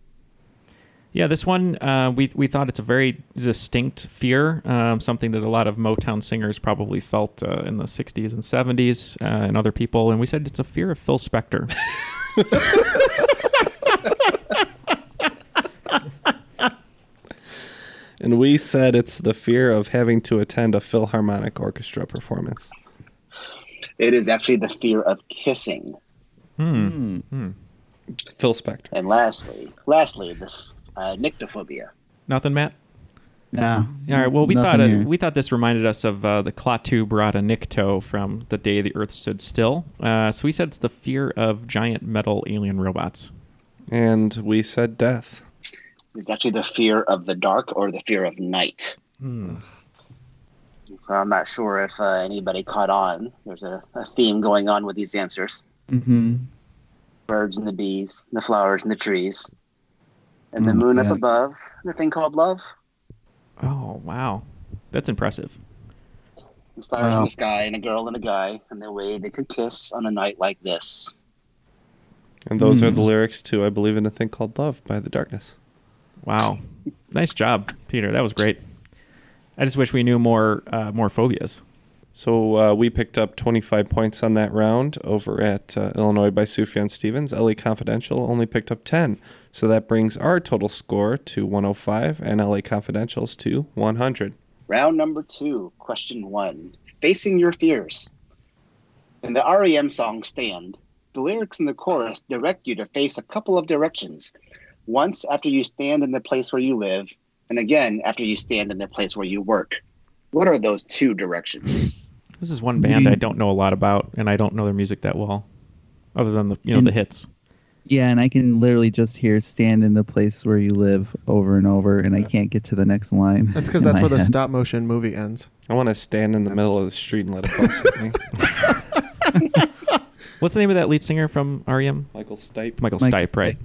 Speaker 2: Yeah, this one uh, we we thought it's a very distinct fear, um, something that a lot of Motown singers probably felt uh, in the '60s and '70s, uh, and other people. And we said it's a fear of Phil Spector. [laughs]
Speaker 4: And we said it's the fear of having to attend a Philharmonic Orchestra performance.
Speaker 7: It is actually the fear of kissing.
Speaker 4: Hmm. Phil Spector.
Speaker 7: And lastly, lastly, the uh, nyctophobia.
Speaker 2: Nothing, Matt.
Speaker 5: Yeah.
Speaker 2: All right. Well, we
Speaker 5: Nothing
Speaker 2: thought
Speaker 5: here.
Speaker 2: uh we thought this reminded us of uh, the Klaatu Barada Nikto from the day the Earth stood still. Uh, so we said it's the fear of giant metal alien robots.
Speaker 4: And we said death.
Speaker 7: It's actually the fear of the dark or the fear of night. So I'm not sure if uh, anybody caught on. There's a, a theme going on with these answers:
Speaker 5: Mm-hmm.
Speaker 7: birds and the bees, the flowers and the trees, and the moon up
Speaker 2: yeah.
Speaker 7: above, and the thing called love,
Speaker 2: Oh wow, that's impressive.
Speaker 7: the stars in
Speaker 2: Wow.
Speaker 7: the sky, and a girl and a guy, and the way they could kiss on a night like this.
Speaker 4: And those
Speaker 2: Hmm.
Speaker 4: are the lyrics to I Believe in a Thing Called Love by The Darkness.
Speaker 2: Wow, nice job, Peter. That was great. I just wish we knew more uh, more phobias.
Speaker 4: So uh, we picked up 25 points on that round over at uh, Illinois by Sufjan Stevens. LA Confidential only picked up 10. So that brings our total score to 105 and LA Confidential's to 100.
Speaker 7: Round number two, question one Facing Your Fears. In the REM song Stand, the lyrics in the chorus direct you to face a couple of directions. Once after you stand in the place where you live, and again after you stand in the place where you work. What are those two directions?
Speaker 2: This is one band I don't know a lot about, and I don't know their music that well, other than the you know the hits.
Speaker 5: Yeah, and I can literally just hear "stand in the place where you live" over and over, and I can't get to the next line.
Speaker 3: That's because
Speaker 5: in
Speaker 3: that's
Speaker 5: my
Speaker 3: where the
Speaker 5: head.
Speaker 3: stop motion movie ends.
Speaker 4: I want to stand in the middle of the street and let it bus at me.
Speaker 5: [laughs]
Speaker 2: What's the name of that lead singer from REM?
Speaker 4: Michael Stipe.
Speaker 2: Michael
Speaker 5: Michael
Speaker 2: Stipe, right?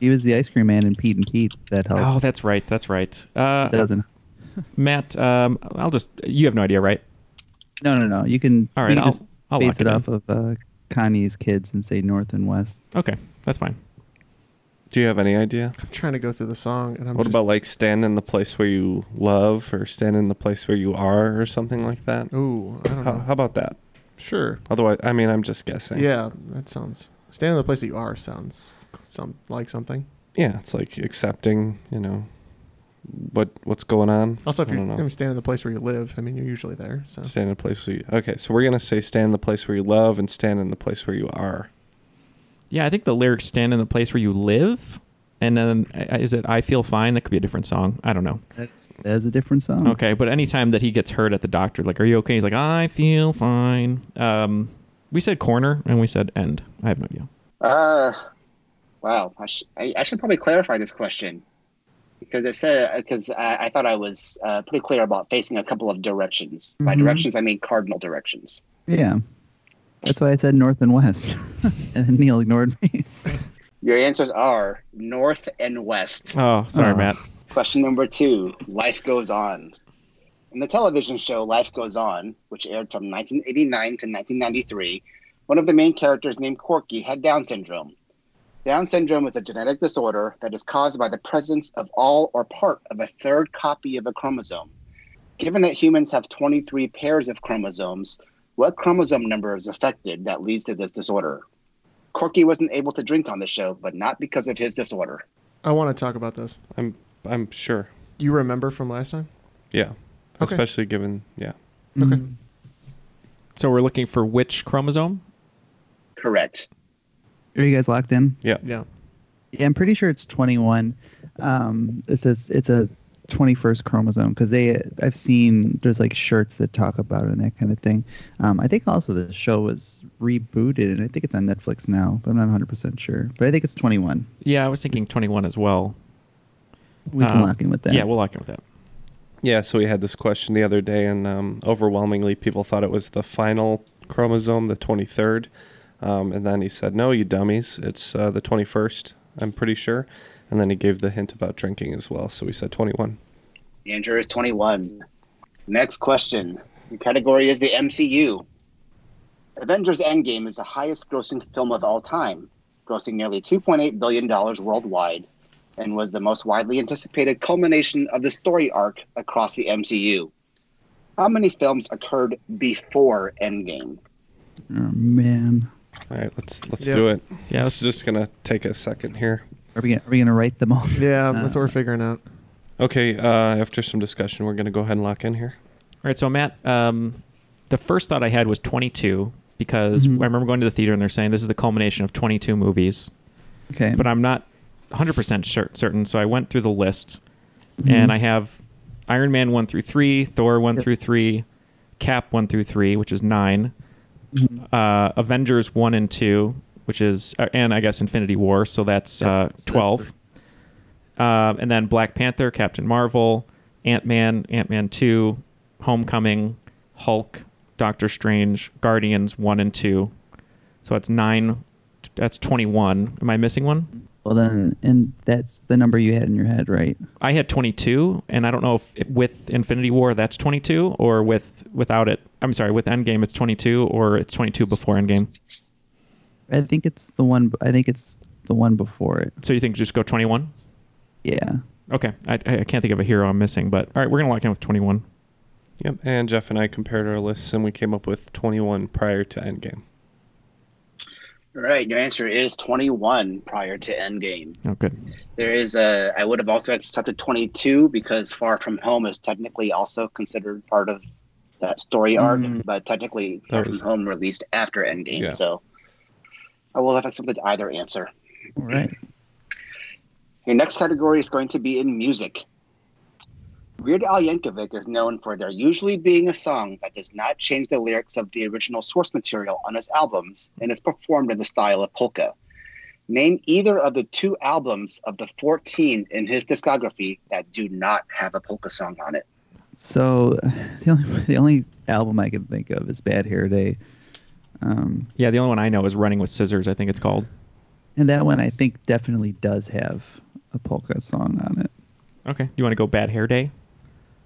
Speaker 5: He was the ice cream man in Pete and Pete. That helped.
Speaker 2: Oh, that's right. That's right. Uh,
Speaker 5: That doesn't.
Speaker 2: Matt, um, I'll just, you have no idea, right?
Speaker 5: No, no, no. You can.
Speaker 2: All
Speaker 5: you
Speaker 2: right,
Speaker 5: can
Speaker 2: I'll,
Speaker 5: just
Speaker 2: I'll
Speaker 5: base
Speaker 2: lock
Speaker 5: it
Speaker 2: in.
Speaker 5: off of uh, Kanye's kids and say north and west.
Speaker 2: Okay, that's fine.
Speaker 4: Do you have any idea?
Speaker 3: I'm trying to go through the song, and I'm
Speaker 4: what
Speaker 3: just,
Speaker 4: about like stand in the place where you love or stand in the place where you are or something like that?
Speaker 3: Ooh, I don't
Speaker 4: how,
Speaker 3: know.
Speaker 4: How about that?
Speaker 3: Sure.
Speaker 4: Otherwise, I mean, I'm just guessing.
Speaker 3: Yeah, that sounds. Stand in the place that you are sounds some like something.
Speaker 4: Yeah, it's like accepting, you know, what what's going on.
Speaker 3: Also, if
Speaker 4: I
Speaker 3: you're
Speaker 4: don't know.
Speaker 3: going to stand in the place where you live, I mean, you're usually there. So
Speaker 4: stand in the place where you, okay, so we're gonna say stand in the place where you love and stand in the place where you are.
Speaker 2: Yeah, I think the lyrics stand in the place where you live. And then uh, is it I Feel Fine? That could be a different song. I don't know.
Speaker 5: That's, that's a different song.
Speaker 2: Okay, but anytime that he gets hurt at the doctor, like, are you okay? He's like, I feel fine. Um, we said corner and we said end. I have no idea.
Speaker 7: Uh, wow. I, sh- I, I should probably clarify this question because I said because I, I thought I was uh, pretty clear about facing a couple of directions. By
Speaker 5: Mhm.
Speaker 7: directions, I mean cardinal directions.
Speaker 5: Yeah. That's why I said north and west, [laughs] and Neil ignored me. [laughs]
Speaker 7: Your answers are north and west.
Speaker 2: Oh, sorry,
Speaker 5: Oh.
Speaker 2: Matt.
Speaker 7: Question number two: Life goes on. In the television show Life Goes On, which aired from 1989 to 1993, one of the main characters named Corky had Down syndrome. Down syndrome is a genetic disorder that is caused by the presence of all or part of a third copy of a chromosome. Given that humans have 23 pairs of chromosomes, what chromosome number is affected that leads to this disorder? Corky wasn't able to drink on the show, but not because of his disorder.
Speaker 3: I want to talk about this.
Speaker 4: I'm I'm sure.
Speaker 3: You remember from last time?
Speaker 4: Yeah.
Speaker 3: Okay.
Speaker 4: Especially given yeah.
Speaker 3: Okay.
Speaker 2: So we're looking for which chromosome?
Speaker 7: Correct.
Speaker 5: Are you guys locked in?
Speaker 4: Yeah.
Speaker 3: Yeah.
Speaker 5: Yeah, I'm pretty sure it's 21. Um, it says it's a 21st chromosome because they I've seen there's like shirts that talk about it and that kind of thing. Um, I think also the show was rebooted and I think it's on Netflix now, but I'm not 100 percent sure. But I think it's 21.
Speaker 2: Yeah, I was thinking 21 as well.
Speaker 5: We can
Speaker 4: Um,
Speaker 5: lock in with that.
Speaker 2: Yeah, we'll lock in with that.
Speaker 4: Yeah, so we had this question the other day, and um, overwhelmingly, people thought it was the final chromosome, the 23rd. Um, and then he said, No, you dummies, it's uh, the 21st, I'm pretty sure. And then he gave the hint about drinking as well. So we said 21.
Speaker 7: The answer is 21. Next question. The category is the MCU. Avengers Endgame is the highest grossing film of all time, grossing nearly $2.8 billion worldwide, and was the most widely anticipated culmination of the story arc across the MCU. How many films occurred before Endgame?
Speaker 5: Oh man,
Speaker 4: All right, let's let's
Speaker 5: Yep.
Speaker 4: do it.
Speaker 2: Yeah,
Speaker 4: it's just gonna take a second here.
Speaker 5: are we gonna, are we gonna write them all?
Speaker 3: Yeah,
Speaker 5: [laughs] Uh,
Speaker 3: that's what we're figuring out.
Speaker 4: Okay, uh, after some discussion, we're gonna go ahead and lock in here.
Speaker 2: All right, so Matt, um, the first thought I had was 22 because
Speaker 5: Mm-hmm.
Speaker 2: I remember going to the theater and they're saying this is the culmination of 22 movies.
Speaker 5: Okay.
Speaker 2: But I'm not 100% cer- certain, so I went through the list and
Speaker 5: Mhm.
Speaker 2: I have Iron Man 1 through 3, Thor 1 through 3, Cap 1 through 3, which is 9, uh, Avengers 1 and 2, which is, uh, and I guess Infinity War, so that's uh, 12. Um, and then Black Panther, Captain Marvel, Ant Man, Ant Man 2, Homecoming, Hulk, Doctor Strange, Guardians 1 and 2. So that's 9. That's 21. Am I missing one?
Speaker 5: Well then, and that's the number you had in your head, right?
Speaker 2: I had 22, and I don't know if it, with Infinity War that's 22 or with without it. I'm sorry, with Endgame it's 22 or it's 22 before Endgame.
Speaker 5: I think it's the one. I think it's the one before it.
Speaker 2: So you think just go 21?
Speaker 5: Yeah.
Speaker 2: Okay. I, I can't think of a hero I'm missing, but all right, we're going to lock in with 21.
Speaker 4: Yep. And Jeff and I compared our lists, and we came up with 21 prior to Endgame.
Speaker 7: All right, your answer is 21 prior to Endgame.
Speaker 2: Oh, good.
Speaker 7: There is a. I would have also accepted 22 because Far From Home is technically also considered part of that story arc, but technically Far
Speaker 4: Mm-hmm. That was-
Speaker 7: From Home released after Endgame,
Speaker 4: Yeah.
Speaker 7: so I will have accepted either answer.
Speaker 5: All right.
Speaker 7: Your next category is going to be in music. Weird Al Yankovic is known for there usually being a song that does not change the lyrics of the original source material on his albums and is performed in the style of polka. Name either of the two albums of the 14 in his discography that do not have a polka song on it.
Speaker 5: So [sighs] the only [laughs] the only album I can think of is Bad Hair Day, um,
Speaker 2: Yeah, the only one I know is Running with Scissors, I think it's called.
Speaker 5: and that one I think definitely does have a polka song on it.
Speaker 2: Okay. You want to go Bad Hair Day?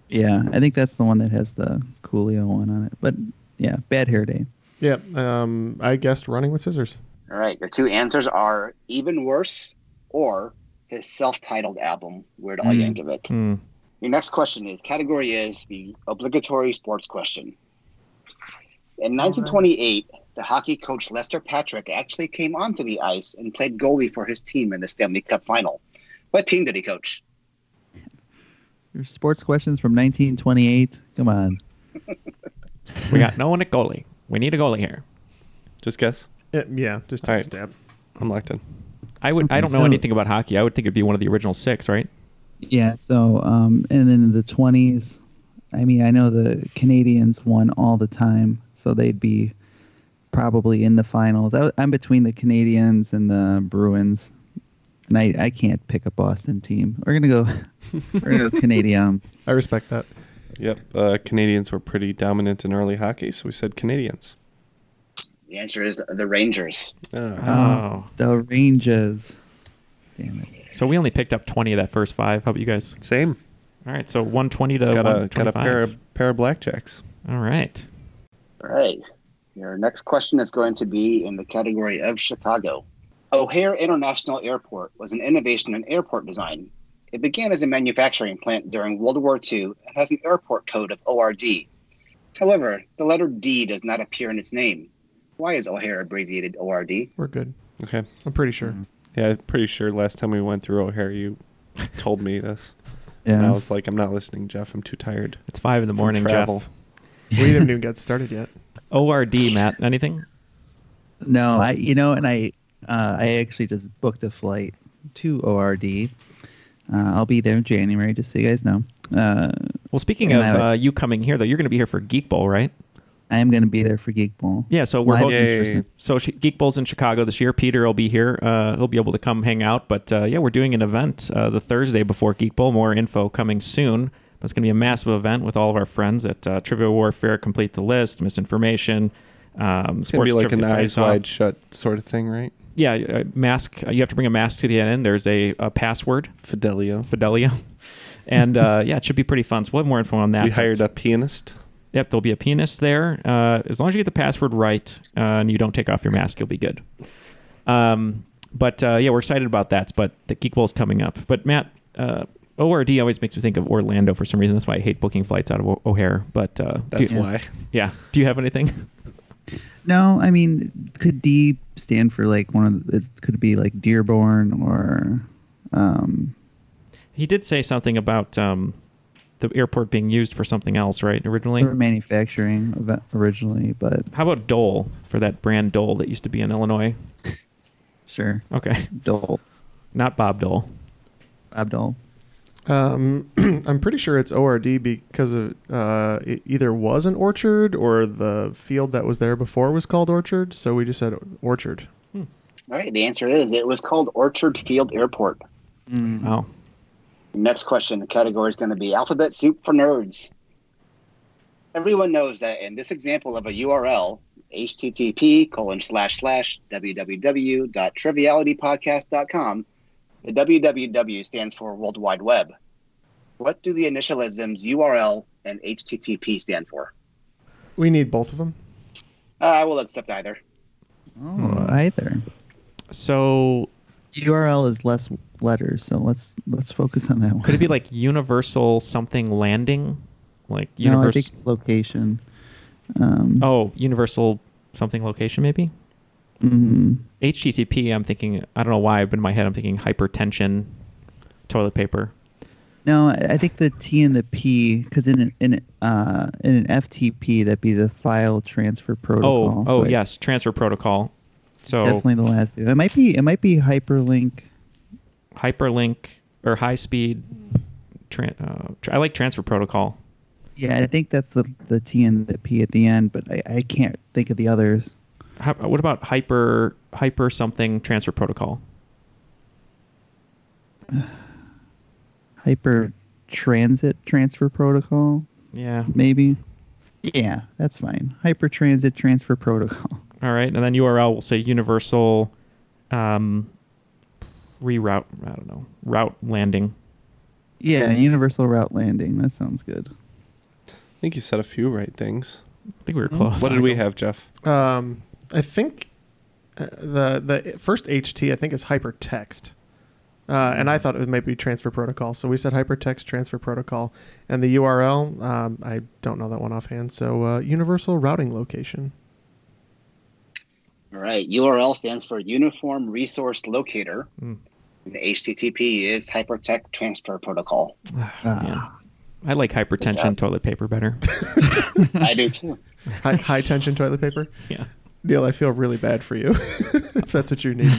Speaker 5: Yeah, I think that's the one that has the Coolio one on it. But yeah, bad hair day.
Speaker 3: Yeah, um, I guessed running with scissors.
Speaker 7: All right, your two answers are Even Worse or his self titled album, Weird Al
Speaker 4: Hmm.
Speaker 3: Mm.
Speaker 7: Yankovic. Your next question is category is the obligatory sports question. In 1928, the hockey coach Lester Patrick actually came onto the ice and played goalie for his team in the Stanley Cup final. What team did he coach?
Speaker 5: Your sports questions from 1928. Come on.
Speaker 2: We got no one at goalie. We need a goalie here.
Speaker 4: Just guess.
Speaker 3: yeah, just take a stab.
Speaker 4: I'm locked in.
Speaker 2: I would. I
Speaker 5: Okay,
Speaker 2: don't know
Speaker 5: so-
Speaker 2: anything about hockey. I would think it'd be one of the original six, right?
Speaker 5: Yeah, so um, and then in the 20s, I mean, I know the Canadians won all the time, so they'd be probably in the finals. I, am between the Canadians and the Bruins, and I, I can't pick a Boston team. We're gonna go, we're gonna go Canadian.
Speaker 3: [laughs] I respect that.
Speaker 4: Yep. Uh, Canadians were pretty dominant in early hockey, so we said Canadians.
Speaker 7: The answer is the, the Rangers.
Speaker 5: Oh, the Rangers. Damn it.
Speaker 2: So we only picked up twenty of that first five. How about you guys?
Speaker 4: Same.
Speaker 2: All right. So one twenty to
Speaker 4: Got a,
Speaker 2: 125.
Speaker 4: got a pair of pair of blackjacks.
Speaker 2: All right.
Speaker 7: All right. Your next question is going to be in the category of Chicago. O'Hare International Airport was an innovation in airport design. It began as a manufacturing plant during World War II and has an airport code of ORD. However, the letter D does not appear in its name. Why is O'Hare abbreviated ORD?
Speaker 3: [laughs] We're good.
Speaker 4: Okay.
Speaker 3: I'm pretty sure.
Speaker 5: Mm.
Speaker 4: Yeah, I'm pretty sure last time we went through O'Hare, you told me this.
Speaker 5: Yeah.
Speaker 4: And I was like, I'm not listening, Jeff. I'm too tired.
Speaker 2: It's five in the
Speaker 4: from
Speaker 2: morning,
Speaker 4: travel.
Speaker 2: Jeff.
Speaker 3: We haven't even got started yet.
Speaker 2: ORD, Matt. Anything?
Speaker 5: No, I you know, and I uh, I actually just booked a flight to ORD. Uh, I'll be there in January, just so you guys know. Uh,
Speaker 2: well, Speaking of uh, you coming here, though, you're going to be here for Geek Bowl, right?
Speaker 5: I am going to be there for Geek Bowl.
Speaker 2: Yeah, so we're
Speaker 5: Live
Speaker 2: hosting.
Speaker 5: in
Speaker 2: So Sh- Geek Bowl's in Chicago this year. Peter will be here. Uh, he'll be able to come hang out. But uh, yeah, we're doing an event uh, the Thursday before Geek Bowl. More info coming soon. That's going to be a massive event with all of our friends at uh, Trivia Warfare. Complete the list. Misinformation. Um,
Speaker 4: It's going to be
Speaker 2: sports
Speaker 4: like an
Speaker 2: trivia
Speaker 4: eyes
Speaker 2: face-off.
Speaker 4: wide shut sort of thing, right?
Speaker 2: Yeah, uh, mask. uh, You have to bring a mask to the end. There's a, a password.
Speaker 4: Fidelio.
Speaker 2: Fidelio.
Speaker 4: [laughs]
Speaker 2: And uh, yeah, it should be pretty fun. So we'll have more info on that.
Speaker 4: We hired a pianist.
Speaker 2: Yep, there'll be a pianist there. Uh, as long as you get the password right uh, and you don't take off your mask, you'll be good. Um, but uh, yeah, we're excited about that. But the Geek Bowl's coming up. But Matt, uh, ORD always makes me think of Orlando for some reason. That's why I hate booking flights out of o- O'Hare. But uh, do
Speaker 4: That's
Speaker 2: you-
Speaker 4: why.
Speaker 2: Yeah. Do you have anything? [laughs]
Speaker 5: No, I mean, could D stand for like one of the, it could be like Dearborn or um,
Speaker 2: He did say something about um, the airport being used for something else, right? Originally.
Speaker 5: or manufacturing of- originally, but
Speaker 2: How about Dole for that brand Dole that used to be in Illinois?
Speaker 5: Sure.
Speaker 2: Okay.
Speaker 5: Dole.
Speaker 2: Not Bob Dole.
Speaker 5: Bob Dole.
Speaker 3: Um, [clears throat] I'm pretty sure it's ORD because of uh, it either was an orchard or the field that was there before was called orchard. So we just said orchard.
Speaker 7: All right, the answer is it was called Orchard Field Airport.
Speaker 2: Oh.
Speaker 7: Next question, the category is going to be alphabet soup for nerds. Everyone knows that in this example of a URL, http colon slash slash www.trivialitypodcast.com, the www stands for World Wide Web. What do the initialisms URL and HTTP stand for? Uh,
Speaker 3: We need both of them.
Speaker 7: I will accept either.
Speaker 5: Oh, either.
Speaker 2: Hmm. So
Speaker 5: URL is less letters, so let's let's focus on that one.
Speaker 2: Could it be like universal something landing? Like
Speaker 5: No, I
Speaker 2: universal
Speaker 5: think it's location. Um,
Speaker 2: Oh, universal something location maybe?
Speaker 5: mhm.
Speaker 2: HTTP I'm thinking I don't know why but in my head I'm thinking hypertension toilet paper.
Speaker 5: No, I I think the T and the P, because in an, in an, uh, in an FTP that'd be the file transfer protocol.
Speaker 2: Oh, oh
Speaker 5: so
Speaker 2: yes, transfer protocol. So
Speaker 5: definitely the last. two. It might be it might be hyperlink.
Speaker 2: hyperlink or high speed tran uh, tr- I like transfer protocol.
Speaker 5: Yeah, I think that's the the T and the P at the end, but I, I can't think of the others.
Speaker 2: How, what about hyper hyper something transfer protocol?
Speaker 5: Hyper transit transfer protocol.
Speaker 2: Yeah.
Speaker 5: Maybe. Yeah, that's fine. Hyper transit transfer protocol. [laughs]
Speaker 2: All right, and then URL will say universal um, reroute. I don't know route landing.
Speaker 5: Yeah, universal route landing. That sounds good.
Speaker 4: I think you said a few right things. I
Speaker 2: think we were
Speaker 5: close.
Speaker 4: What did we have, Jeff?
Speaker 3: Hmm? Um, I think uh, the the first HT I think is hypertext, uh, and
Speaker 4: Hmm.
Speaker 3: I thought it might be transfer protocol. So we said hypertext transfer protocol, and the URL um, I don't know that one offhand. So uh, universal routing location.
Speaker 7: All right. URL stands for Uniform Resource Locator. And The HTTP is Hypertext Transfer Protocol. [laughs]
Speaker 5: uh,
Speaker 2: Man. I like hypertension toilet paper better.
Speaker 7: I do too.
Speaker 2: [laughs]
Speaker 3: high, high tension toilet paper.
Speaker 2: Yeah.
Speaker 3: Neil, I feel really bad for you [laughs] if that's what you
Speaker 2: [laughs]
Speaker 3: need.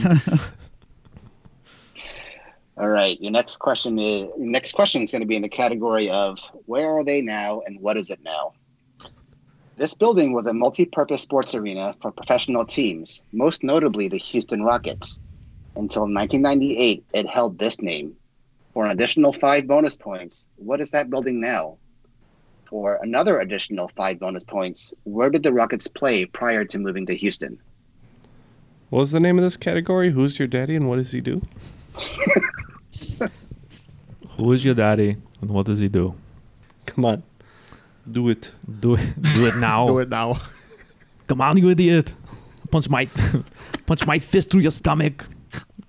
Speaker 7: All right. Your next question is your next question is going to be in the category of where are they now and what is it now? This building was a multi-purpose sports arena for professional teams, most notably the Houston Rockets. Until 1998, it held this name. For an additional five bonus points, what is that building now? For another additional five bonus points, where did the Rockets play prior to moving to Houston?
Speaker 4: What was the name of this category? Who's your daddy and what does he
Speaker 5: [laughs]
Speaker 4: do?
Speaker 2: Who is your daddy and what does he do?
Speaker 4: Come on. Do it.
Speaker 2: Do it do it
Speaker 3: [laughs]
Speaker 2: now.
Speaker 3: Do it now.
Speaker 2: Come on, you idiot. Punch my [laughs] punch my fist through your stomach.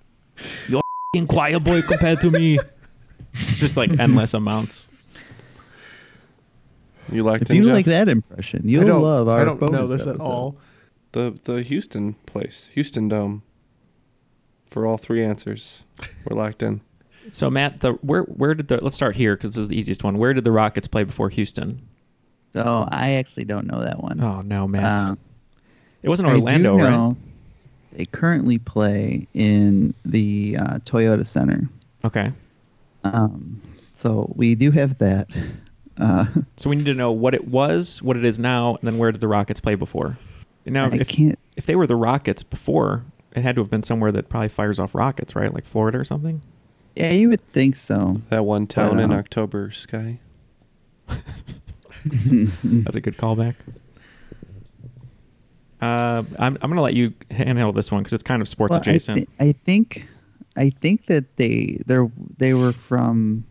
Speaker 2: [laughs] You're a quiet boy compared to me. Just like endless amounts.
Speaker 4: You liked
Speaker 5: If
Speaker 4: in,
Speaker 5: you
Speaker 4: Jeff?
Speaker 5: like that impression, you'll love our bonus episode.
Speaker 4: The the Houston place, Houston Dome. For all three answers, we're locked in.
Speaker 2: So Matt, the where where did the let's start here because this is the easiest one. Where did the Rockets play before Houston?
Speaker 5: So I actually don't know that one.
Speaker 2: Oh no, Matt.
Speaker 5: Uh,
Speaker 2: it wasn't
Speaker 5: I do
Speaker 2: Orlando, right?
Speaker 5: know They currently play in the uh, Toyota Center.
Speaker 2: Okay.
Speaker 5: Um, so we do have that. Uh, [laughs]
Speaker 2: So we need to know what it was, what it is now, and then where did the Rockets play before? Now,
Speaker 5: I
Speaker 2: if,
Speaker 5: can't-
Speaker 2: if they were the Rockets before, it had to have been somewhere that probably fires off rockets, right? Like Florida or something.
Speaker 5: yeah, you would think so. uh,
Speaker 4: That one town in
Speaker 5: Wow.
Speaker 4: October, Sky.
Speaker 5: Mm-hmm.
Speaker 2: That's a good callback. Uh, I'm, I'm gonna let you handle this one because it's kind of sports
Speaker 5: Well, I
Speaker 2: adjacent.
Speaker 5: thi- I, think, I think that they they they were from.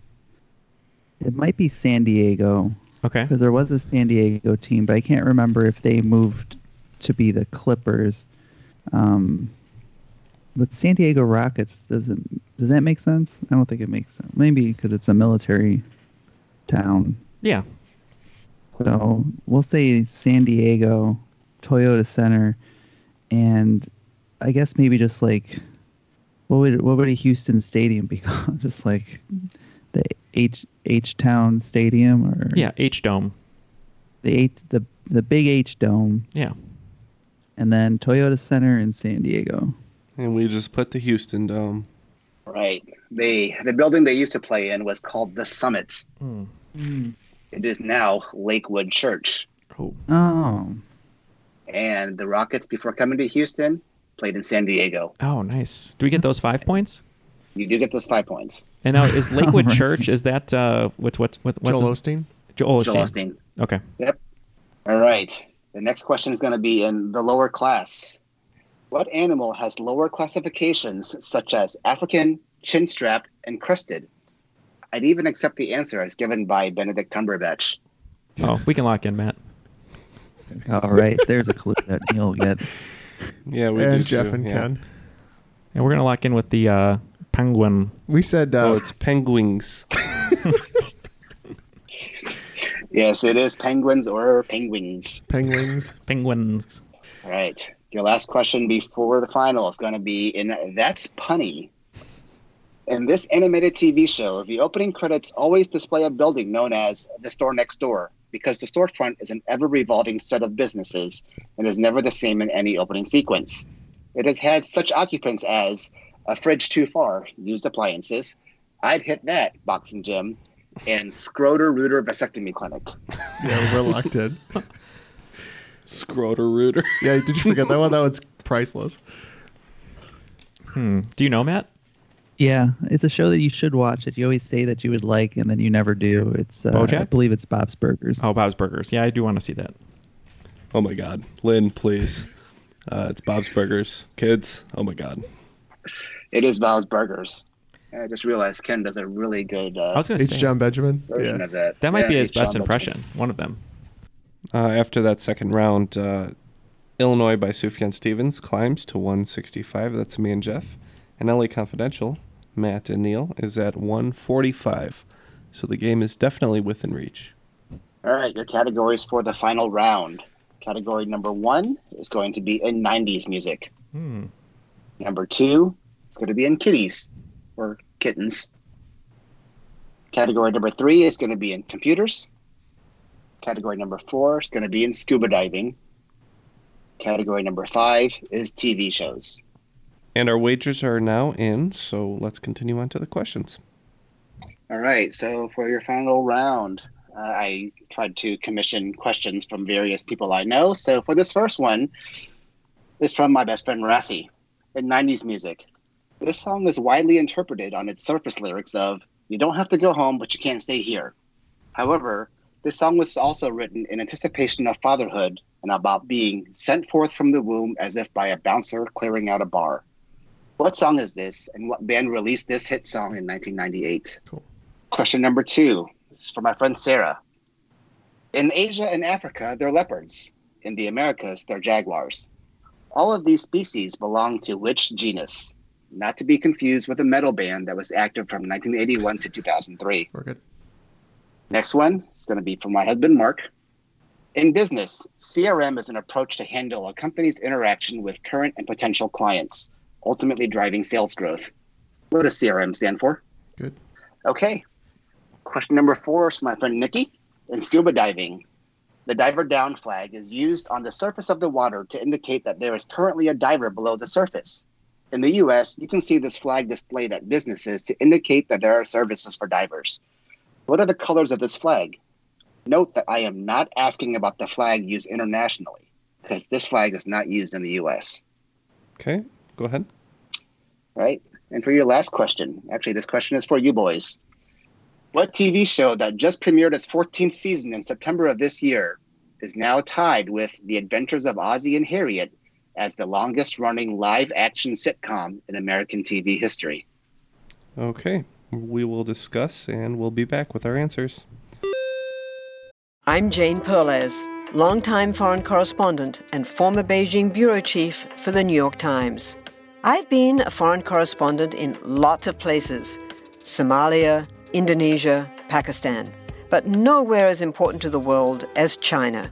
Speaker 5: It might be San Diego.
Speaker 2: Okay.
Speaker 5: Because there was a San Diego team, but I can't remember if they moved to be the Clippers. Um, but San Diego Rockets doesn't. Does that make sense? I don't think it makes sense. Maybe because it's a military town.
Speaker 2: yeah.
Speaker 5: So we'll say San Diego, Toyota Center, and I guess maybe just like what would what would a Houston stadium be [laughs] called? just like the H H Town Stadium or
Speaker 2: Yeah. H Dome.
Speaker 5: the H, the the big H Dome,
Speaker 2: Yeah.
Speaker 5: and then Toyota Center in San Diego.
Speaker 4: And we just put the Houston Dome.
Speaker 7: Right. They the building they used to play in was called the Summit. It is now Lakewood Church.
Speaker 5: Oh,
Speaker 7: And the Rockets, before coming to Houston, played in San Diego.
Speaker 2: Oh, nice. Do we get those five points?
Speaker 7: You do get those five points.
Speaker 2: And now
Speaker 5: [laughs]
Speaker 2: is Lakewood
Speaker 7: All right.
Speaker 2: Church? Is that uh, what's what's what, what's
Speaker 3: Joel
Speaker 2: his-
Speaker 3: Osteen?
Speaker 2: Joel Osteen.
Speaker 7: Joel Osteen.
Speaker 2: Okay.
Speaker 7: Yep. All right. The next question is going to be in the lower class. What animal has lower classifications such as African, chin strap, and crested? I'd even accept the answer as given by Benedict Cumberbatch.
Speaker 2: Oh, we can lock in, Matt.
Speaker 5: all right. There's a clue that Neil will get.
Speaker 4: Yeah,
Speaker 3: we And do Jeff too, and yeah. Ken.
Speaker 2: And we're gonna lock in with the uh, penguin.
Speaker 3: We said. Uh,
Speaker 4: oh, it's
Speaker 2: [laughs]
Speaker 4: penguins.
Speaker 7: Yes, it is penguins or penguins.
Speaker 3: Penguins.
Speaker 2: Penguins.
Speaker 7: All right. Your last question before the final is going to be in That's Punny. In this animated TV show, the opening credits always display a building known as the store next door because the storefront is an ever revolving set of businesses and is never the same in any opening sequence. It has had such occupants as a fridge too far, used appliances, I'd hit that, boxing gym, and Scroder Rooter Vasectomy Clinic.
Speaker 3: Yeah, we're locked in.
Speaker 4: Scroter Rooter.
Speaker 3: Yeah, did you forget that one?
Speaker 4: [laughs]
Speaker 3: That one's priceless.
Speaker 2: Hmm. Do you know Matt?
Speaker 5: Yeah, it's a show that you should watch. That you always say that you would like, and then you never do. It's uh, I
Speaker 2: BoJack?
Speaker 5: believe it's Bob's Burgers.
Speaker 2: Oh, Bob's Burgers. Yeah, I do want to see that.
Speaker 4: Oh my God, Lynn, please. Uh, it's Bob's Burgers, kids. Oh my God.
Speaker 7: It is Bob's Burgers. I just realized Ken does a really good. Uh,
Speaker 2: I was going to say
Speaker 7: version of that.
Speaker 2: might
Speaker 7: Yeah,
Speaker 2: be his
Speaker 7: H.
Speaker 2: best
Speaker 7: John Benjamin.
Speaker 2: impression. One of them.
Speaker 4: Uh, after that second round, uh, Illinois by Sufjan Stevens climbs to 165. That's me and Jeff. And LA Confidential, Matt and Neil, is at 145. So the game is definitely within reach.
Speaker 7: All right, your categories for the final round. Category number one is going to be in 90s music.
Speaker 2: Hmm.
Speaker 7: Number two is going to be in kitties or kittens. Category number three is going to be in computers. Category number four is going to be in scuba diving. Category number five is TV shows.
Speaker 4: And our wagers are now in, so let's continue on to the questions.
Speaker 7: All right. So for your final round, uh, I tried to commission questions from various people I know. So for this first one, is from my best friend Rafi in 90s music. This song is widely interpreted on its surface lyrics of "You don't have to go home, but you can't stay here." However, this song was also written in anticipation of fatherhood and about being sent forth from the womb as if by a bouncer clearing out a bar. What song is this, and what band released this hit song in 1998?
Speaker 3: Cool.
Speaker 7: Question number two this is for my friend Sarah. In Asia and Africa, they're leopards. In the Americas, they're jaguars. All of these species belong to which genus? Not to be confused with a metal band that was active from 1981 to 2003.
Speaker 3: We're good.
Speaker 7: Next one is going to be from my husband, Mark. In business, CRM is an approach to handle a company's interaction with current and potential clients, ultimately driving sales growth. What does CRM stand for?
Speaker 3: Good.
Speaker 7: Okay. Question number four is from my friend Nikki. In scuba diving, the diver down flag is used on the surface of the water to indicate that there is currently a diver below the surface. In the US, you can see this flag displayed at businesses to indicate that there are services for divers. What are the colors of this flag? Note that I am not asking about the flag used internationally, because this flag is not used in the US.
Speaker 4: Okay, go ahead.
Speaker 7: Right? And for your last question, actually, this question is for you boys. What TV show that just premiered its 14th season in September of this year is now tied with The Adventures of Ozzie and Harriet as the longest running live action sitcom in American TV history?
Speaker 4: Okay, we will discuss and we'll be back with our answers.
Speaker 11: I'm Jane Perlez, longtime foreign correspondent and former Beijing bureau chief for the New York Times. I've been a foreign correspondent in lots of places Somalia, Indonesia, Pakistan, but nowhere as important to the world as China.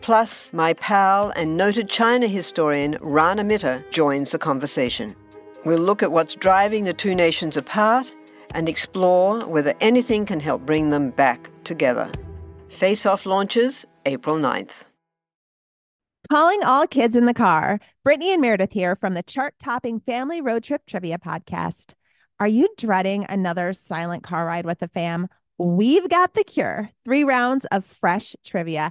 Speaker 11: Plus, my pal and noted China historian Rana Mitter joins the conversation. We'll look at what's driving the two nations apart and explore whether anything can help bring them back together. Face Off launches April 9th.
Speaker 12: Calling all kids in the car. Brittany and Meredith here from the chart topping Family Road Trip Trivia Podcast. Are you dreading another silent car ride with the fam? We've got the cure. Three rounds of fresh trivia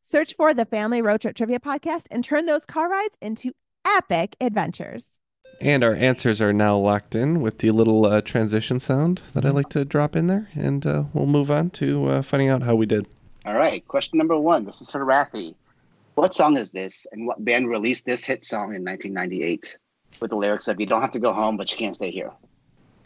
Speaker 12: Search for the Family Road Trip Trivia Podcast and turn those car rides into epic adventures.
Speaker 4: And our answers are now locked in with the little uh, transition sound that I like to drop in there. And uh, we'll move on to uh, finding out how we did.
Speaker 7: All right, question number one. This is for Rafi. What song is this, and what band released this hit song in 1998 with the lyrics of "You don't have to go home, but you can't stay here"?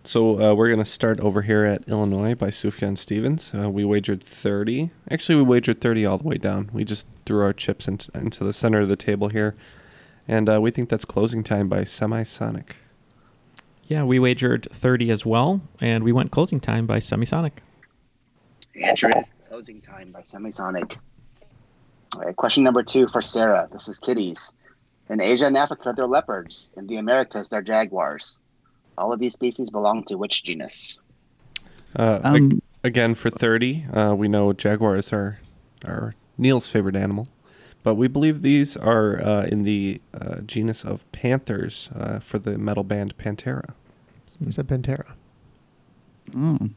Speaker 4: So uh, we're going to start over here at Illinois by Sufjan Stevens. Uh, we wagered 30. Actually, we wagered 30 all the way down. We just threw our chips into, into the center of the table here. And uh, we think that's closing time by Semisonic.
Speaker 2: Yeah, we wagered 30 as well, and we went closing time by Semisonic.
Speaker 7: The answer is Closing Time by Semisonic. All right, question number two for Sarah. This is kitties. In Asia and Africa, they're leopards. In the Americas, they're jaguars. All of these species belong to which genus?
Speaker 4: Uh, ag- again, for 30, uh, we know jaguars are, are Neil's favorite animal, but we believe these are uh, in the uh, genus of panthers uh, for the metal band Pantera.
Speaker 3: You said Pantera.
Speaker 5: Oh,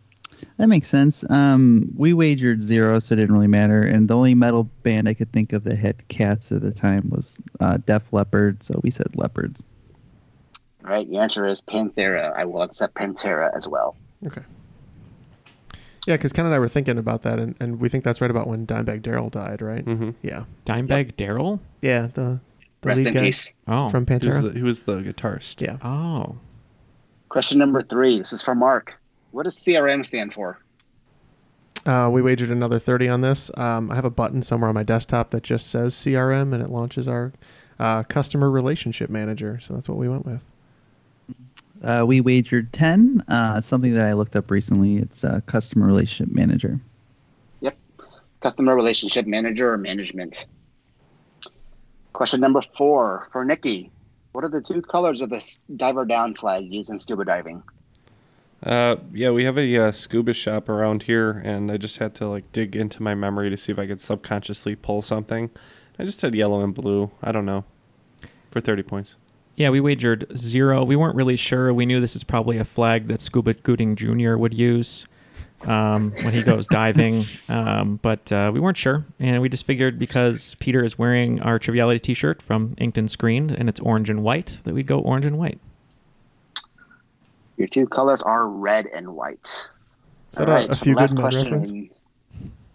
Speaker 5: that makes sense. Um, we wagered zero, so it didn't really matter. And the only metal band I could think of that had cats at the time was uh, Def Leppard, so we said leopards.
Speaker 7: All right, the answer is Panthera. I will accept Pantera as well.
Speaker 3: Okay. Yeah, because Ken and I were thinking about that, and, and we think that's right about when Dimebag Daryl died, right? Mm-hmm. Yeah.
Speaker 2: Dimebag Daryl?
Speaker 3: Yeah, the, the
Speaker 7: Mm-hmm. Rest
Speaker 3: lead
Speaker 7: in
Speaker 3: guy
Speaker 7: peace.
Speaker 2: Oh.
Speaker 3: from
Speaker 4: He was
Speaker 3: Pantera.
Speaker 4: the, he was the guitarist.
Speaker 3: Yeah.
Speaker 2: Oh.
Speaker 7: Question number three. This is for Mark. What does CRM stand for?
Speaker 3: Uh, we wagered another 30 on this. Um, I have a button somewhere on my desktop that just says CRM and it launches our uh, customer relationship manager. So that's what we went with.
Speaker 5: Uh, we wagered 10, uh, something that I looked up recently. It's uh, Customer Relationship Manager.
Speaker 7: Yep. Customer relationship manager or management. Question number four for Nikki. What are the two colors of the s- diver down flag used in scuba diving?
Speaker 4: Uh, yeah, we have a uh, scuba shop around here, and I just had to like dig into my memory to see if I could subconsciously pull something. I just said yellow and blue. I don't know. For 30 points.
Speaker 2: Yeah, we wagered zero. We weren't really sure. We knew this is probably a flag that Scuba Gooding Jr. would use um, when he goes diving, um, but uh, we weren't sure. And we just figured because Peter is wearing our Triviality t shirt from Inked and Screened, and it's orange and white, that we'd go orange and white.
Speaker 7: Your two colors are red and white.
Speaker 3: Is that a- a few good men reference?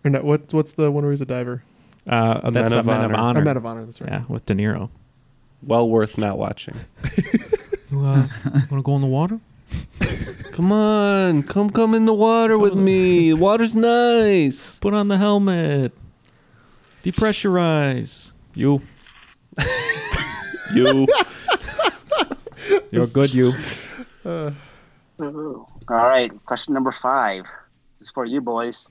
Speaker 3: Or no, what, what's the one where he's a diver?
Speaker 2: Uh, oh, that's
Speaker 4: Men
Speaker 2: a
Speaker 4: of
Speaker 2: Men of
Speaker 4: Honor.
Speaker 2: Honor.
Speaker 4: A Men of Honor, that's right.
Speaker 2: Yeah, with De Niro.
Speaker 4: Well worth not watching.
Speaker 2: You uh, [laughs] want to go in the water?
Speaker 4: [laughs] come on, come come in the water with
Speaker 2: [laughs]
Speaker 4: me. Water's nice.
Speaker 2: Put on the helmet. Depressurize. You. [laughs]
Speaker 4: you.
Speaker 2: You're good, you.
Speaker 3: Uh,
Speaker 7: All right, Mm-hmm. question number five This is for you boys.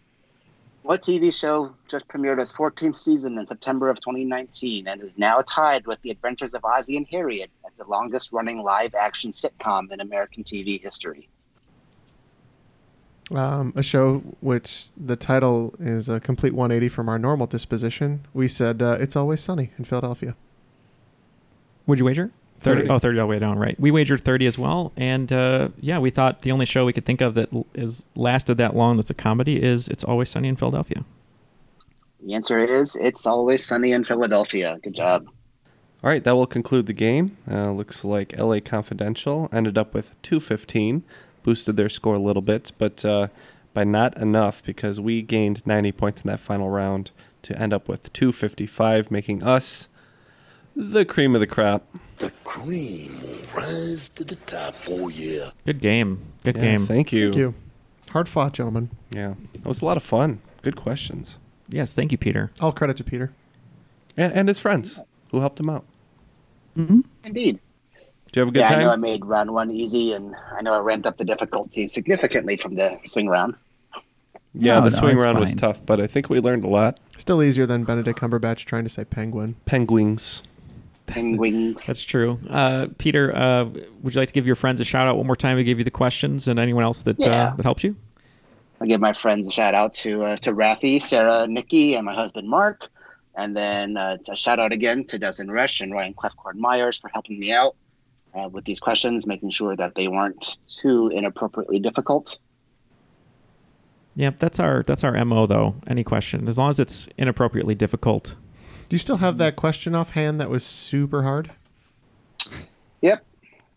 Speaker 7: What TV show just premiered its 14th season in September of 2019 and is now tied with The Adventures of Ozzie and Harriet as the longest running live action sitcom in American TV history?
Speaker 3: Um, a show which the title is a complete 180 from our normal disposition. We said uh, It's Always Sunny in Philadelphia.
Speaker 2: Would you wager? 30.
Speaker 3: 30.
Speaker 2: Oh, 30 all the way down, right. We wagered 30 as well. And uh, yeah, we thought the only show we could think of that l- is lasted that long that's a comedy is It's Always Sunny in Philadelphia.
Speaker 7: The answer is It's Always Sunny in Philadelphia. Good job.
Speaker 4: All right, that will conclude the game. Uh, looks like LA Confidential ended up with 215, boosted their score a little bit, but uh, by not enough because we gained 90 points in that final round to end up with 255, making us the cream of the crop.
Speaker 1: Cream will rise to the top. Oh, yeah.
Speaker 2: Good game. Good
Speaker 4: Yeah,
Speaker 2: game.
Speaker 4: Thank you.
Speaker 3: Thank you. Hard fought, gentlemen.
Speaker 4: Yeah, that was a lot of fun. Good questions.
Speaker 2: Yes, thank you, Peter.
Speaker 3: All credit to Peter.
Speaker 4: And, and his friends who helped him out.
Speaker 5: Mm-hmm.
Speaker 7: Indeed.
Speaker 4: Do you have a good
Speaker 7: yeah, I know I
Speaker 4: time?
Speaker 7: made round one easy, and I know I ramped up the difficulty significantly from the swing
Speaker 4: [laughs]
Speaker 7: round.
Speaker 4: yeah,
Speaker 3: No,
Speaker 4: the
Speaker 3: no,
Speaker 4: swing
Speaker 3: it's
Speaker 4: round was
Speaker 3: fine.
Speaker 4: tough, but I think we learned a lot.
Speaker 3: Still easier than Benedict Cumberbatch trying to say penguin.
Speaker 4: Penguins.
Speaker 7: Penguins.
Speaker 2: That's true. Uh, Peter, uh, would you like to give your friends a shout out one more time? We gave you the questions and anyone else that,
Speaker 7: Yeah.
Speaker 2: uh, that helped you?
Speaker 7: I give my friends a shout out to uh, to Rafi, Sarah, Nikki, and my husband Mark, and then uh, a shout out again to Dustin Rush and Ryan Clefcord Myers for helping me out uh, with these questions, making sure that they weren't too inappropriately difficult.
Speaker 2: Yeah, that's our that's our MO though. Any question, as long as it's inappropriately difficult.
Speaker 3: Do you still have that question offhand that was super hard?
Speaker 7: Yep.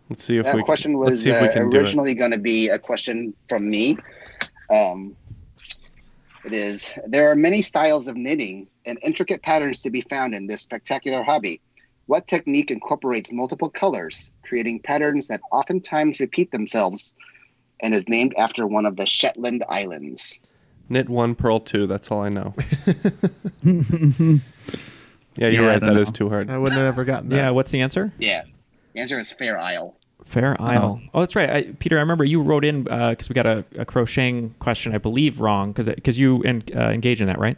Speaker 4: Let's see if
Speaker 7: that
Speaker 4: we
Speaker 7: question
Speaker 4: can,
Speaker 7: was
Speaker 4: let's see if we
Speaker 7: uh,
Speaker 4: can do it.
Speaker 7: originally going to be a question from me. Um, it is there are many styles of knitting and intricate patterns to be found in this spectacular hobby. What technique incorporates multiple colors, creating patterns that oftentimes repeat themselves, and is named after one of the Shetland Islands?
Speaker 4: Knit one, pearl two. That's all I know. yeah, you're right. That is too hard.
Speaker 3: I wouldn't have ever gotten that.
Speaker 2: Yeah, what's the answer?
Speaker 7: Yeah, the answer is Fair Isle.
Speaker 2: Fair Isle. Oh, that's right. I, Peter, I remember you wrote in because we got a, a crocheting question, I believe, wrong because you en- uh, engage in that, right?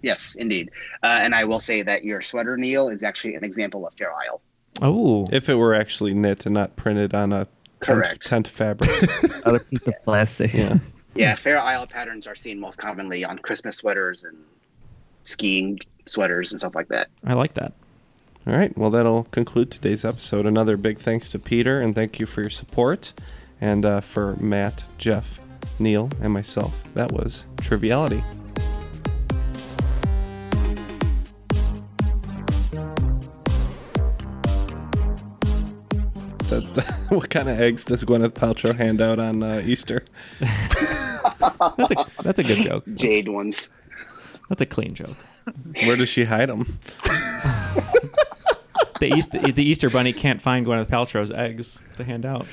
Speaker 7: Yes, indeed. Uh, and I will say that your sweater, Neil, is actually an example of Fair Isle.
Speaker 2: Oh.
Speaker 4: If it were actually knit and not printed on a tent,
Speaker 7: Correct.
Speaker 4: tent fabric.
Speaker 5: Other piece of plastic.
Speaker 4: Yeah.
Speaker 2: Hmm.
Speaker 7: Yeah, Fair Isle patterns are seen most commonly on Christmas sweaters and skiing sweaters and stuff like that.
Speaker 2: I like that.
Speaker 4: All right. Well, that'll conclude today's episode. Another big thanks to Peter, and thank you for your support. And uh, for Matt, Jeff, Neil, and myself, that was Triviality. That, [laughs] what kind of eggs does Gwyneth Paltrow hand out on uh, Easter?
Speaker 2: [laughs] that's, a,
Speaker 7: [laughs]
Speaker 2: that's a good joke.
Speaker 7: Jade ones.
Speaker 2: That's a clean joke.
Speaker 4: Where does [laughs] she hide
Speaker 2: [laughs]
Speaker 4: them? Oh,
Speaker 2: the, East, the Easter Bunny can't find Gwyneth Paltrow's eggs to hand out.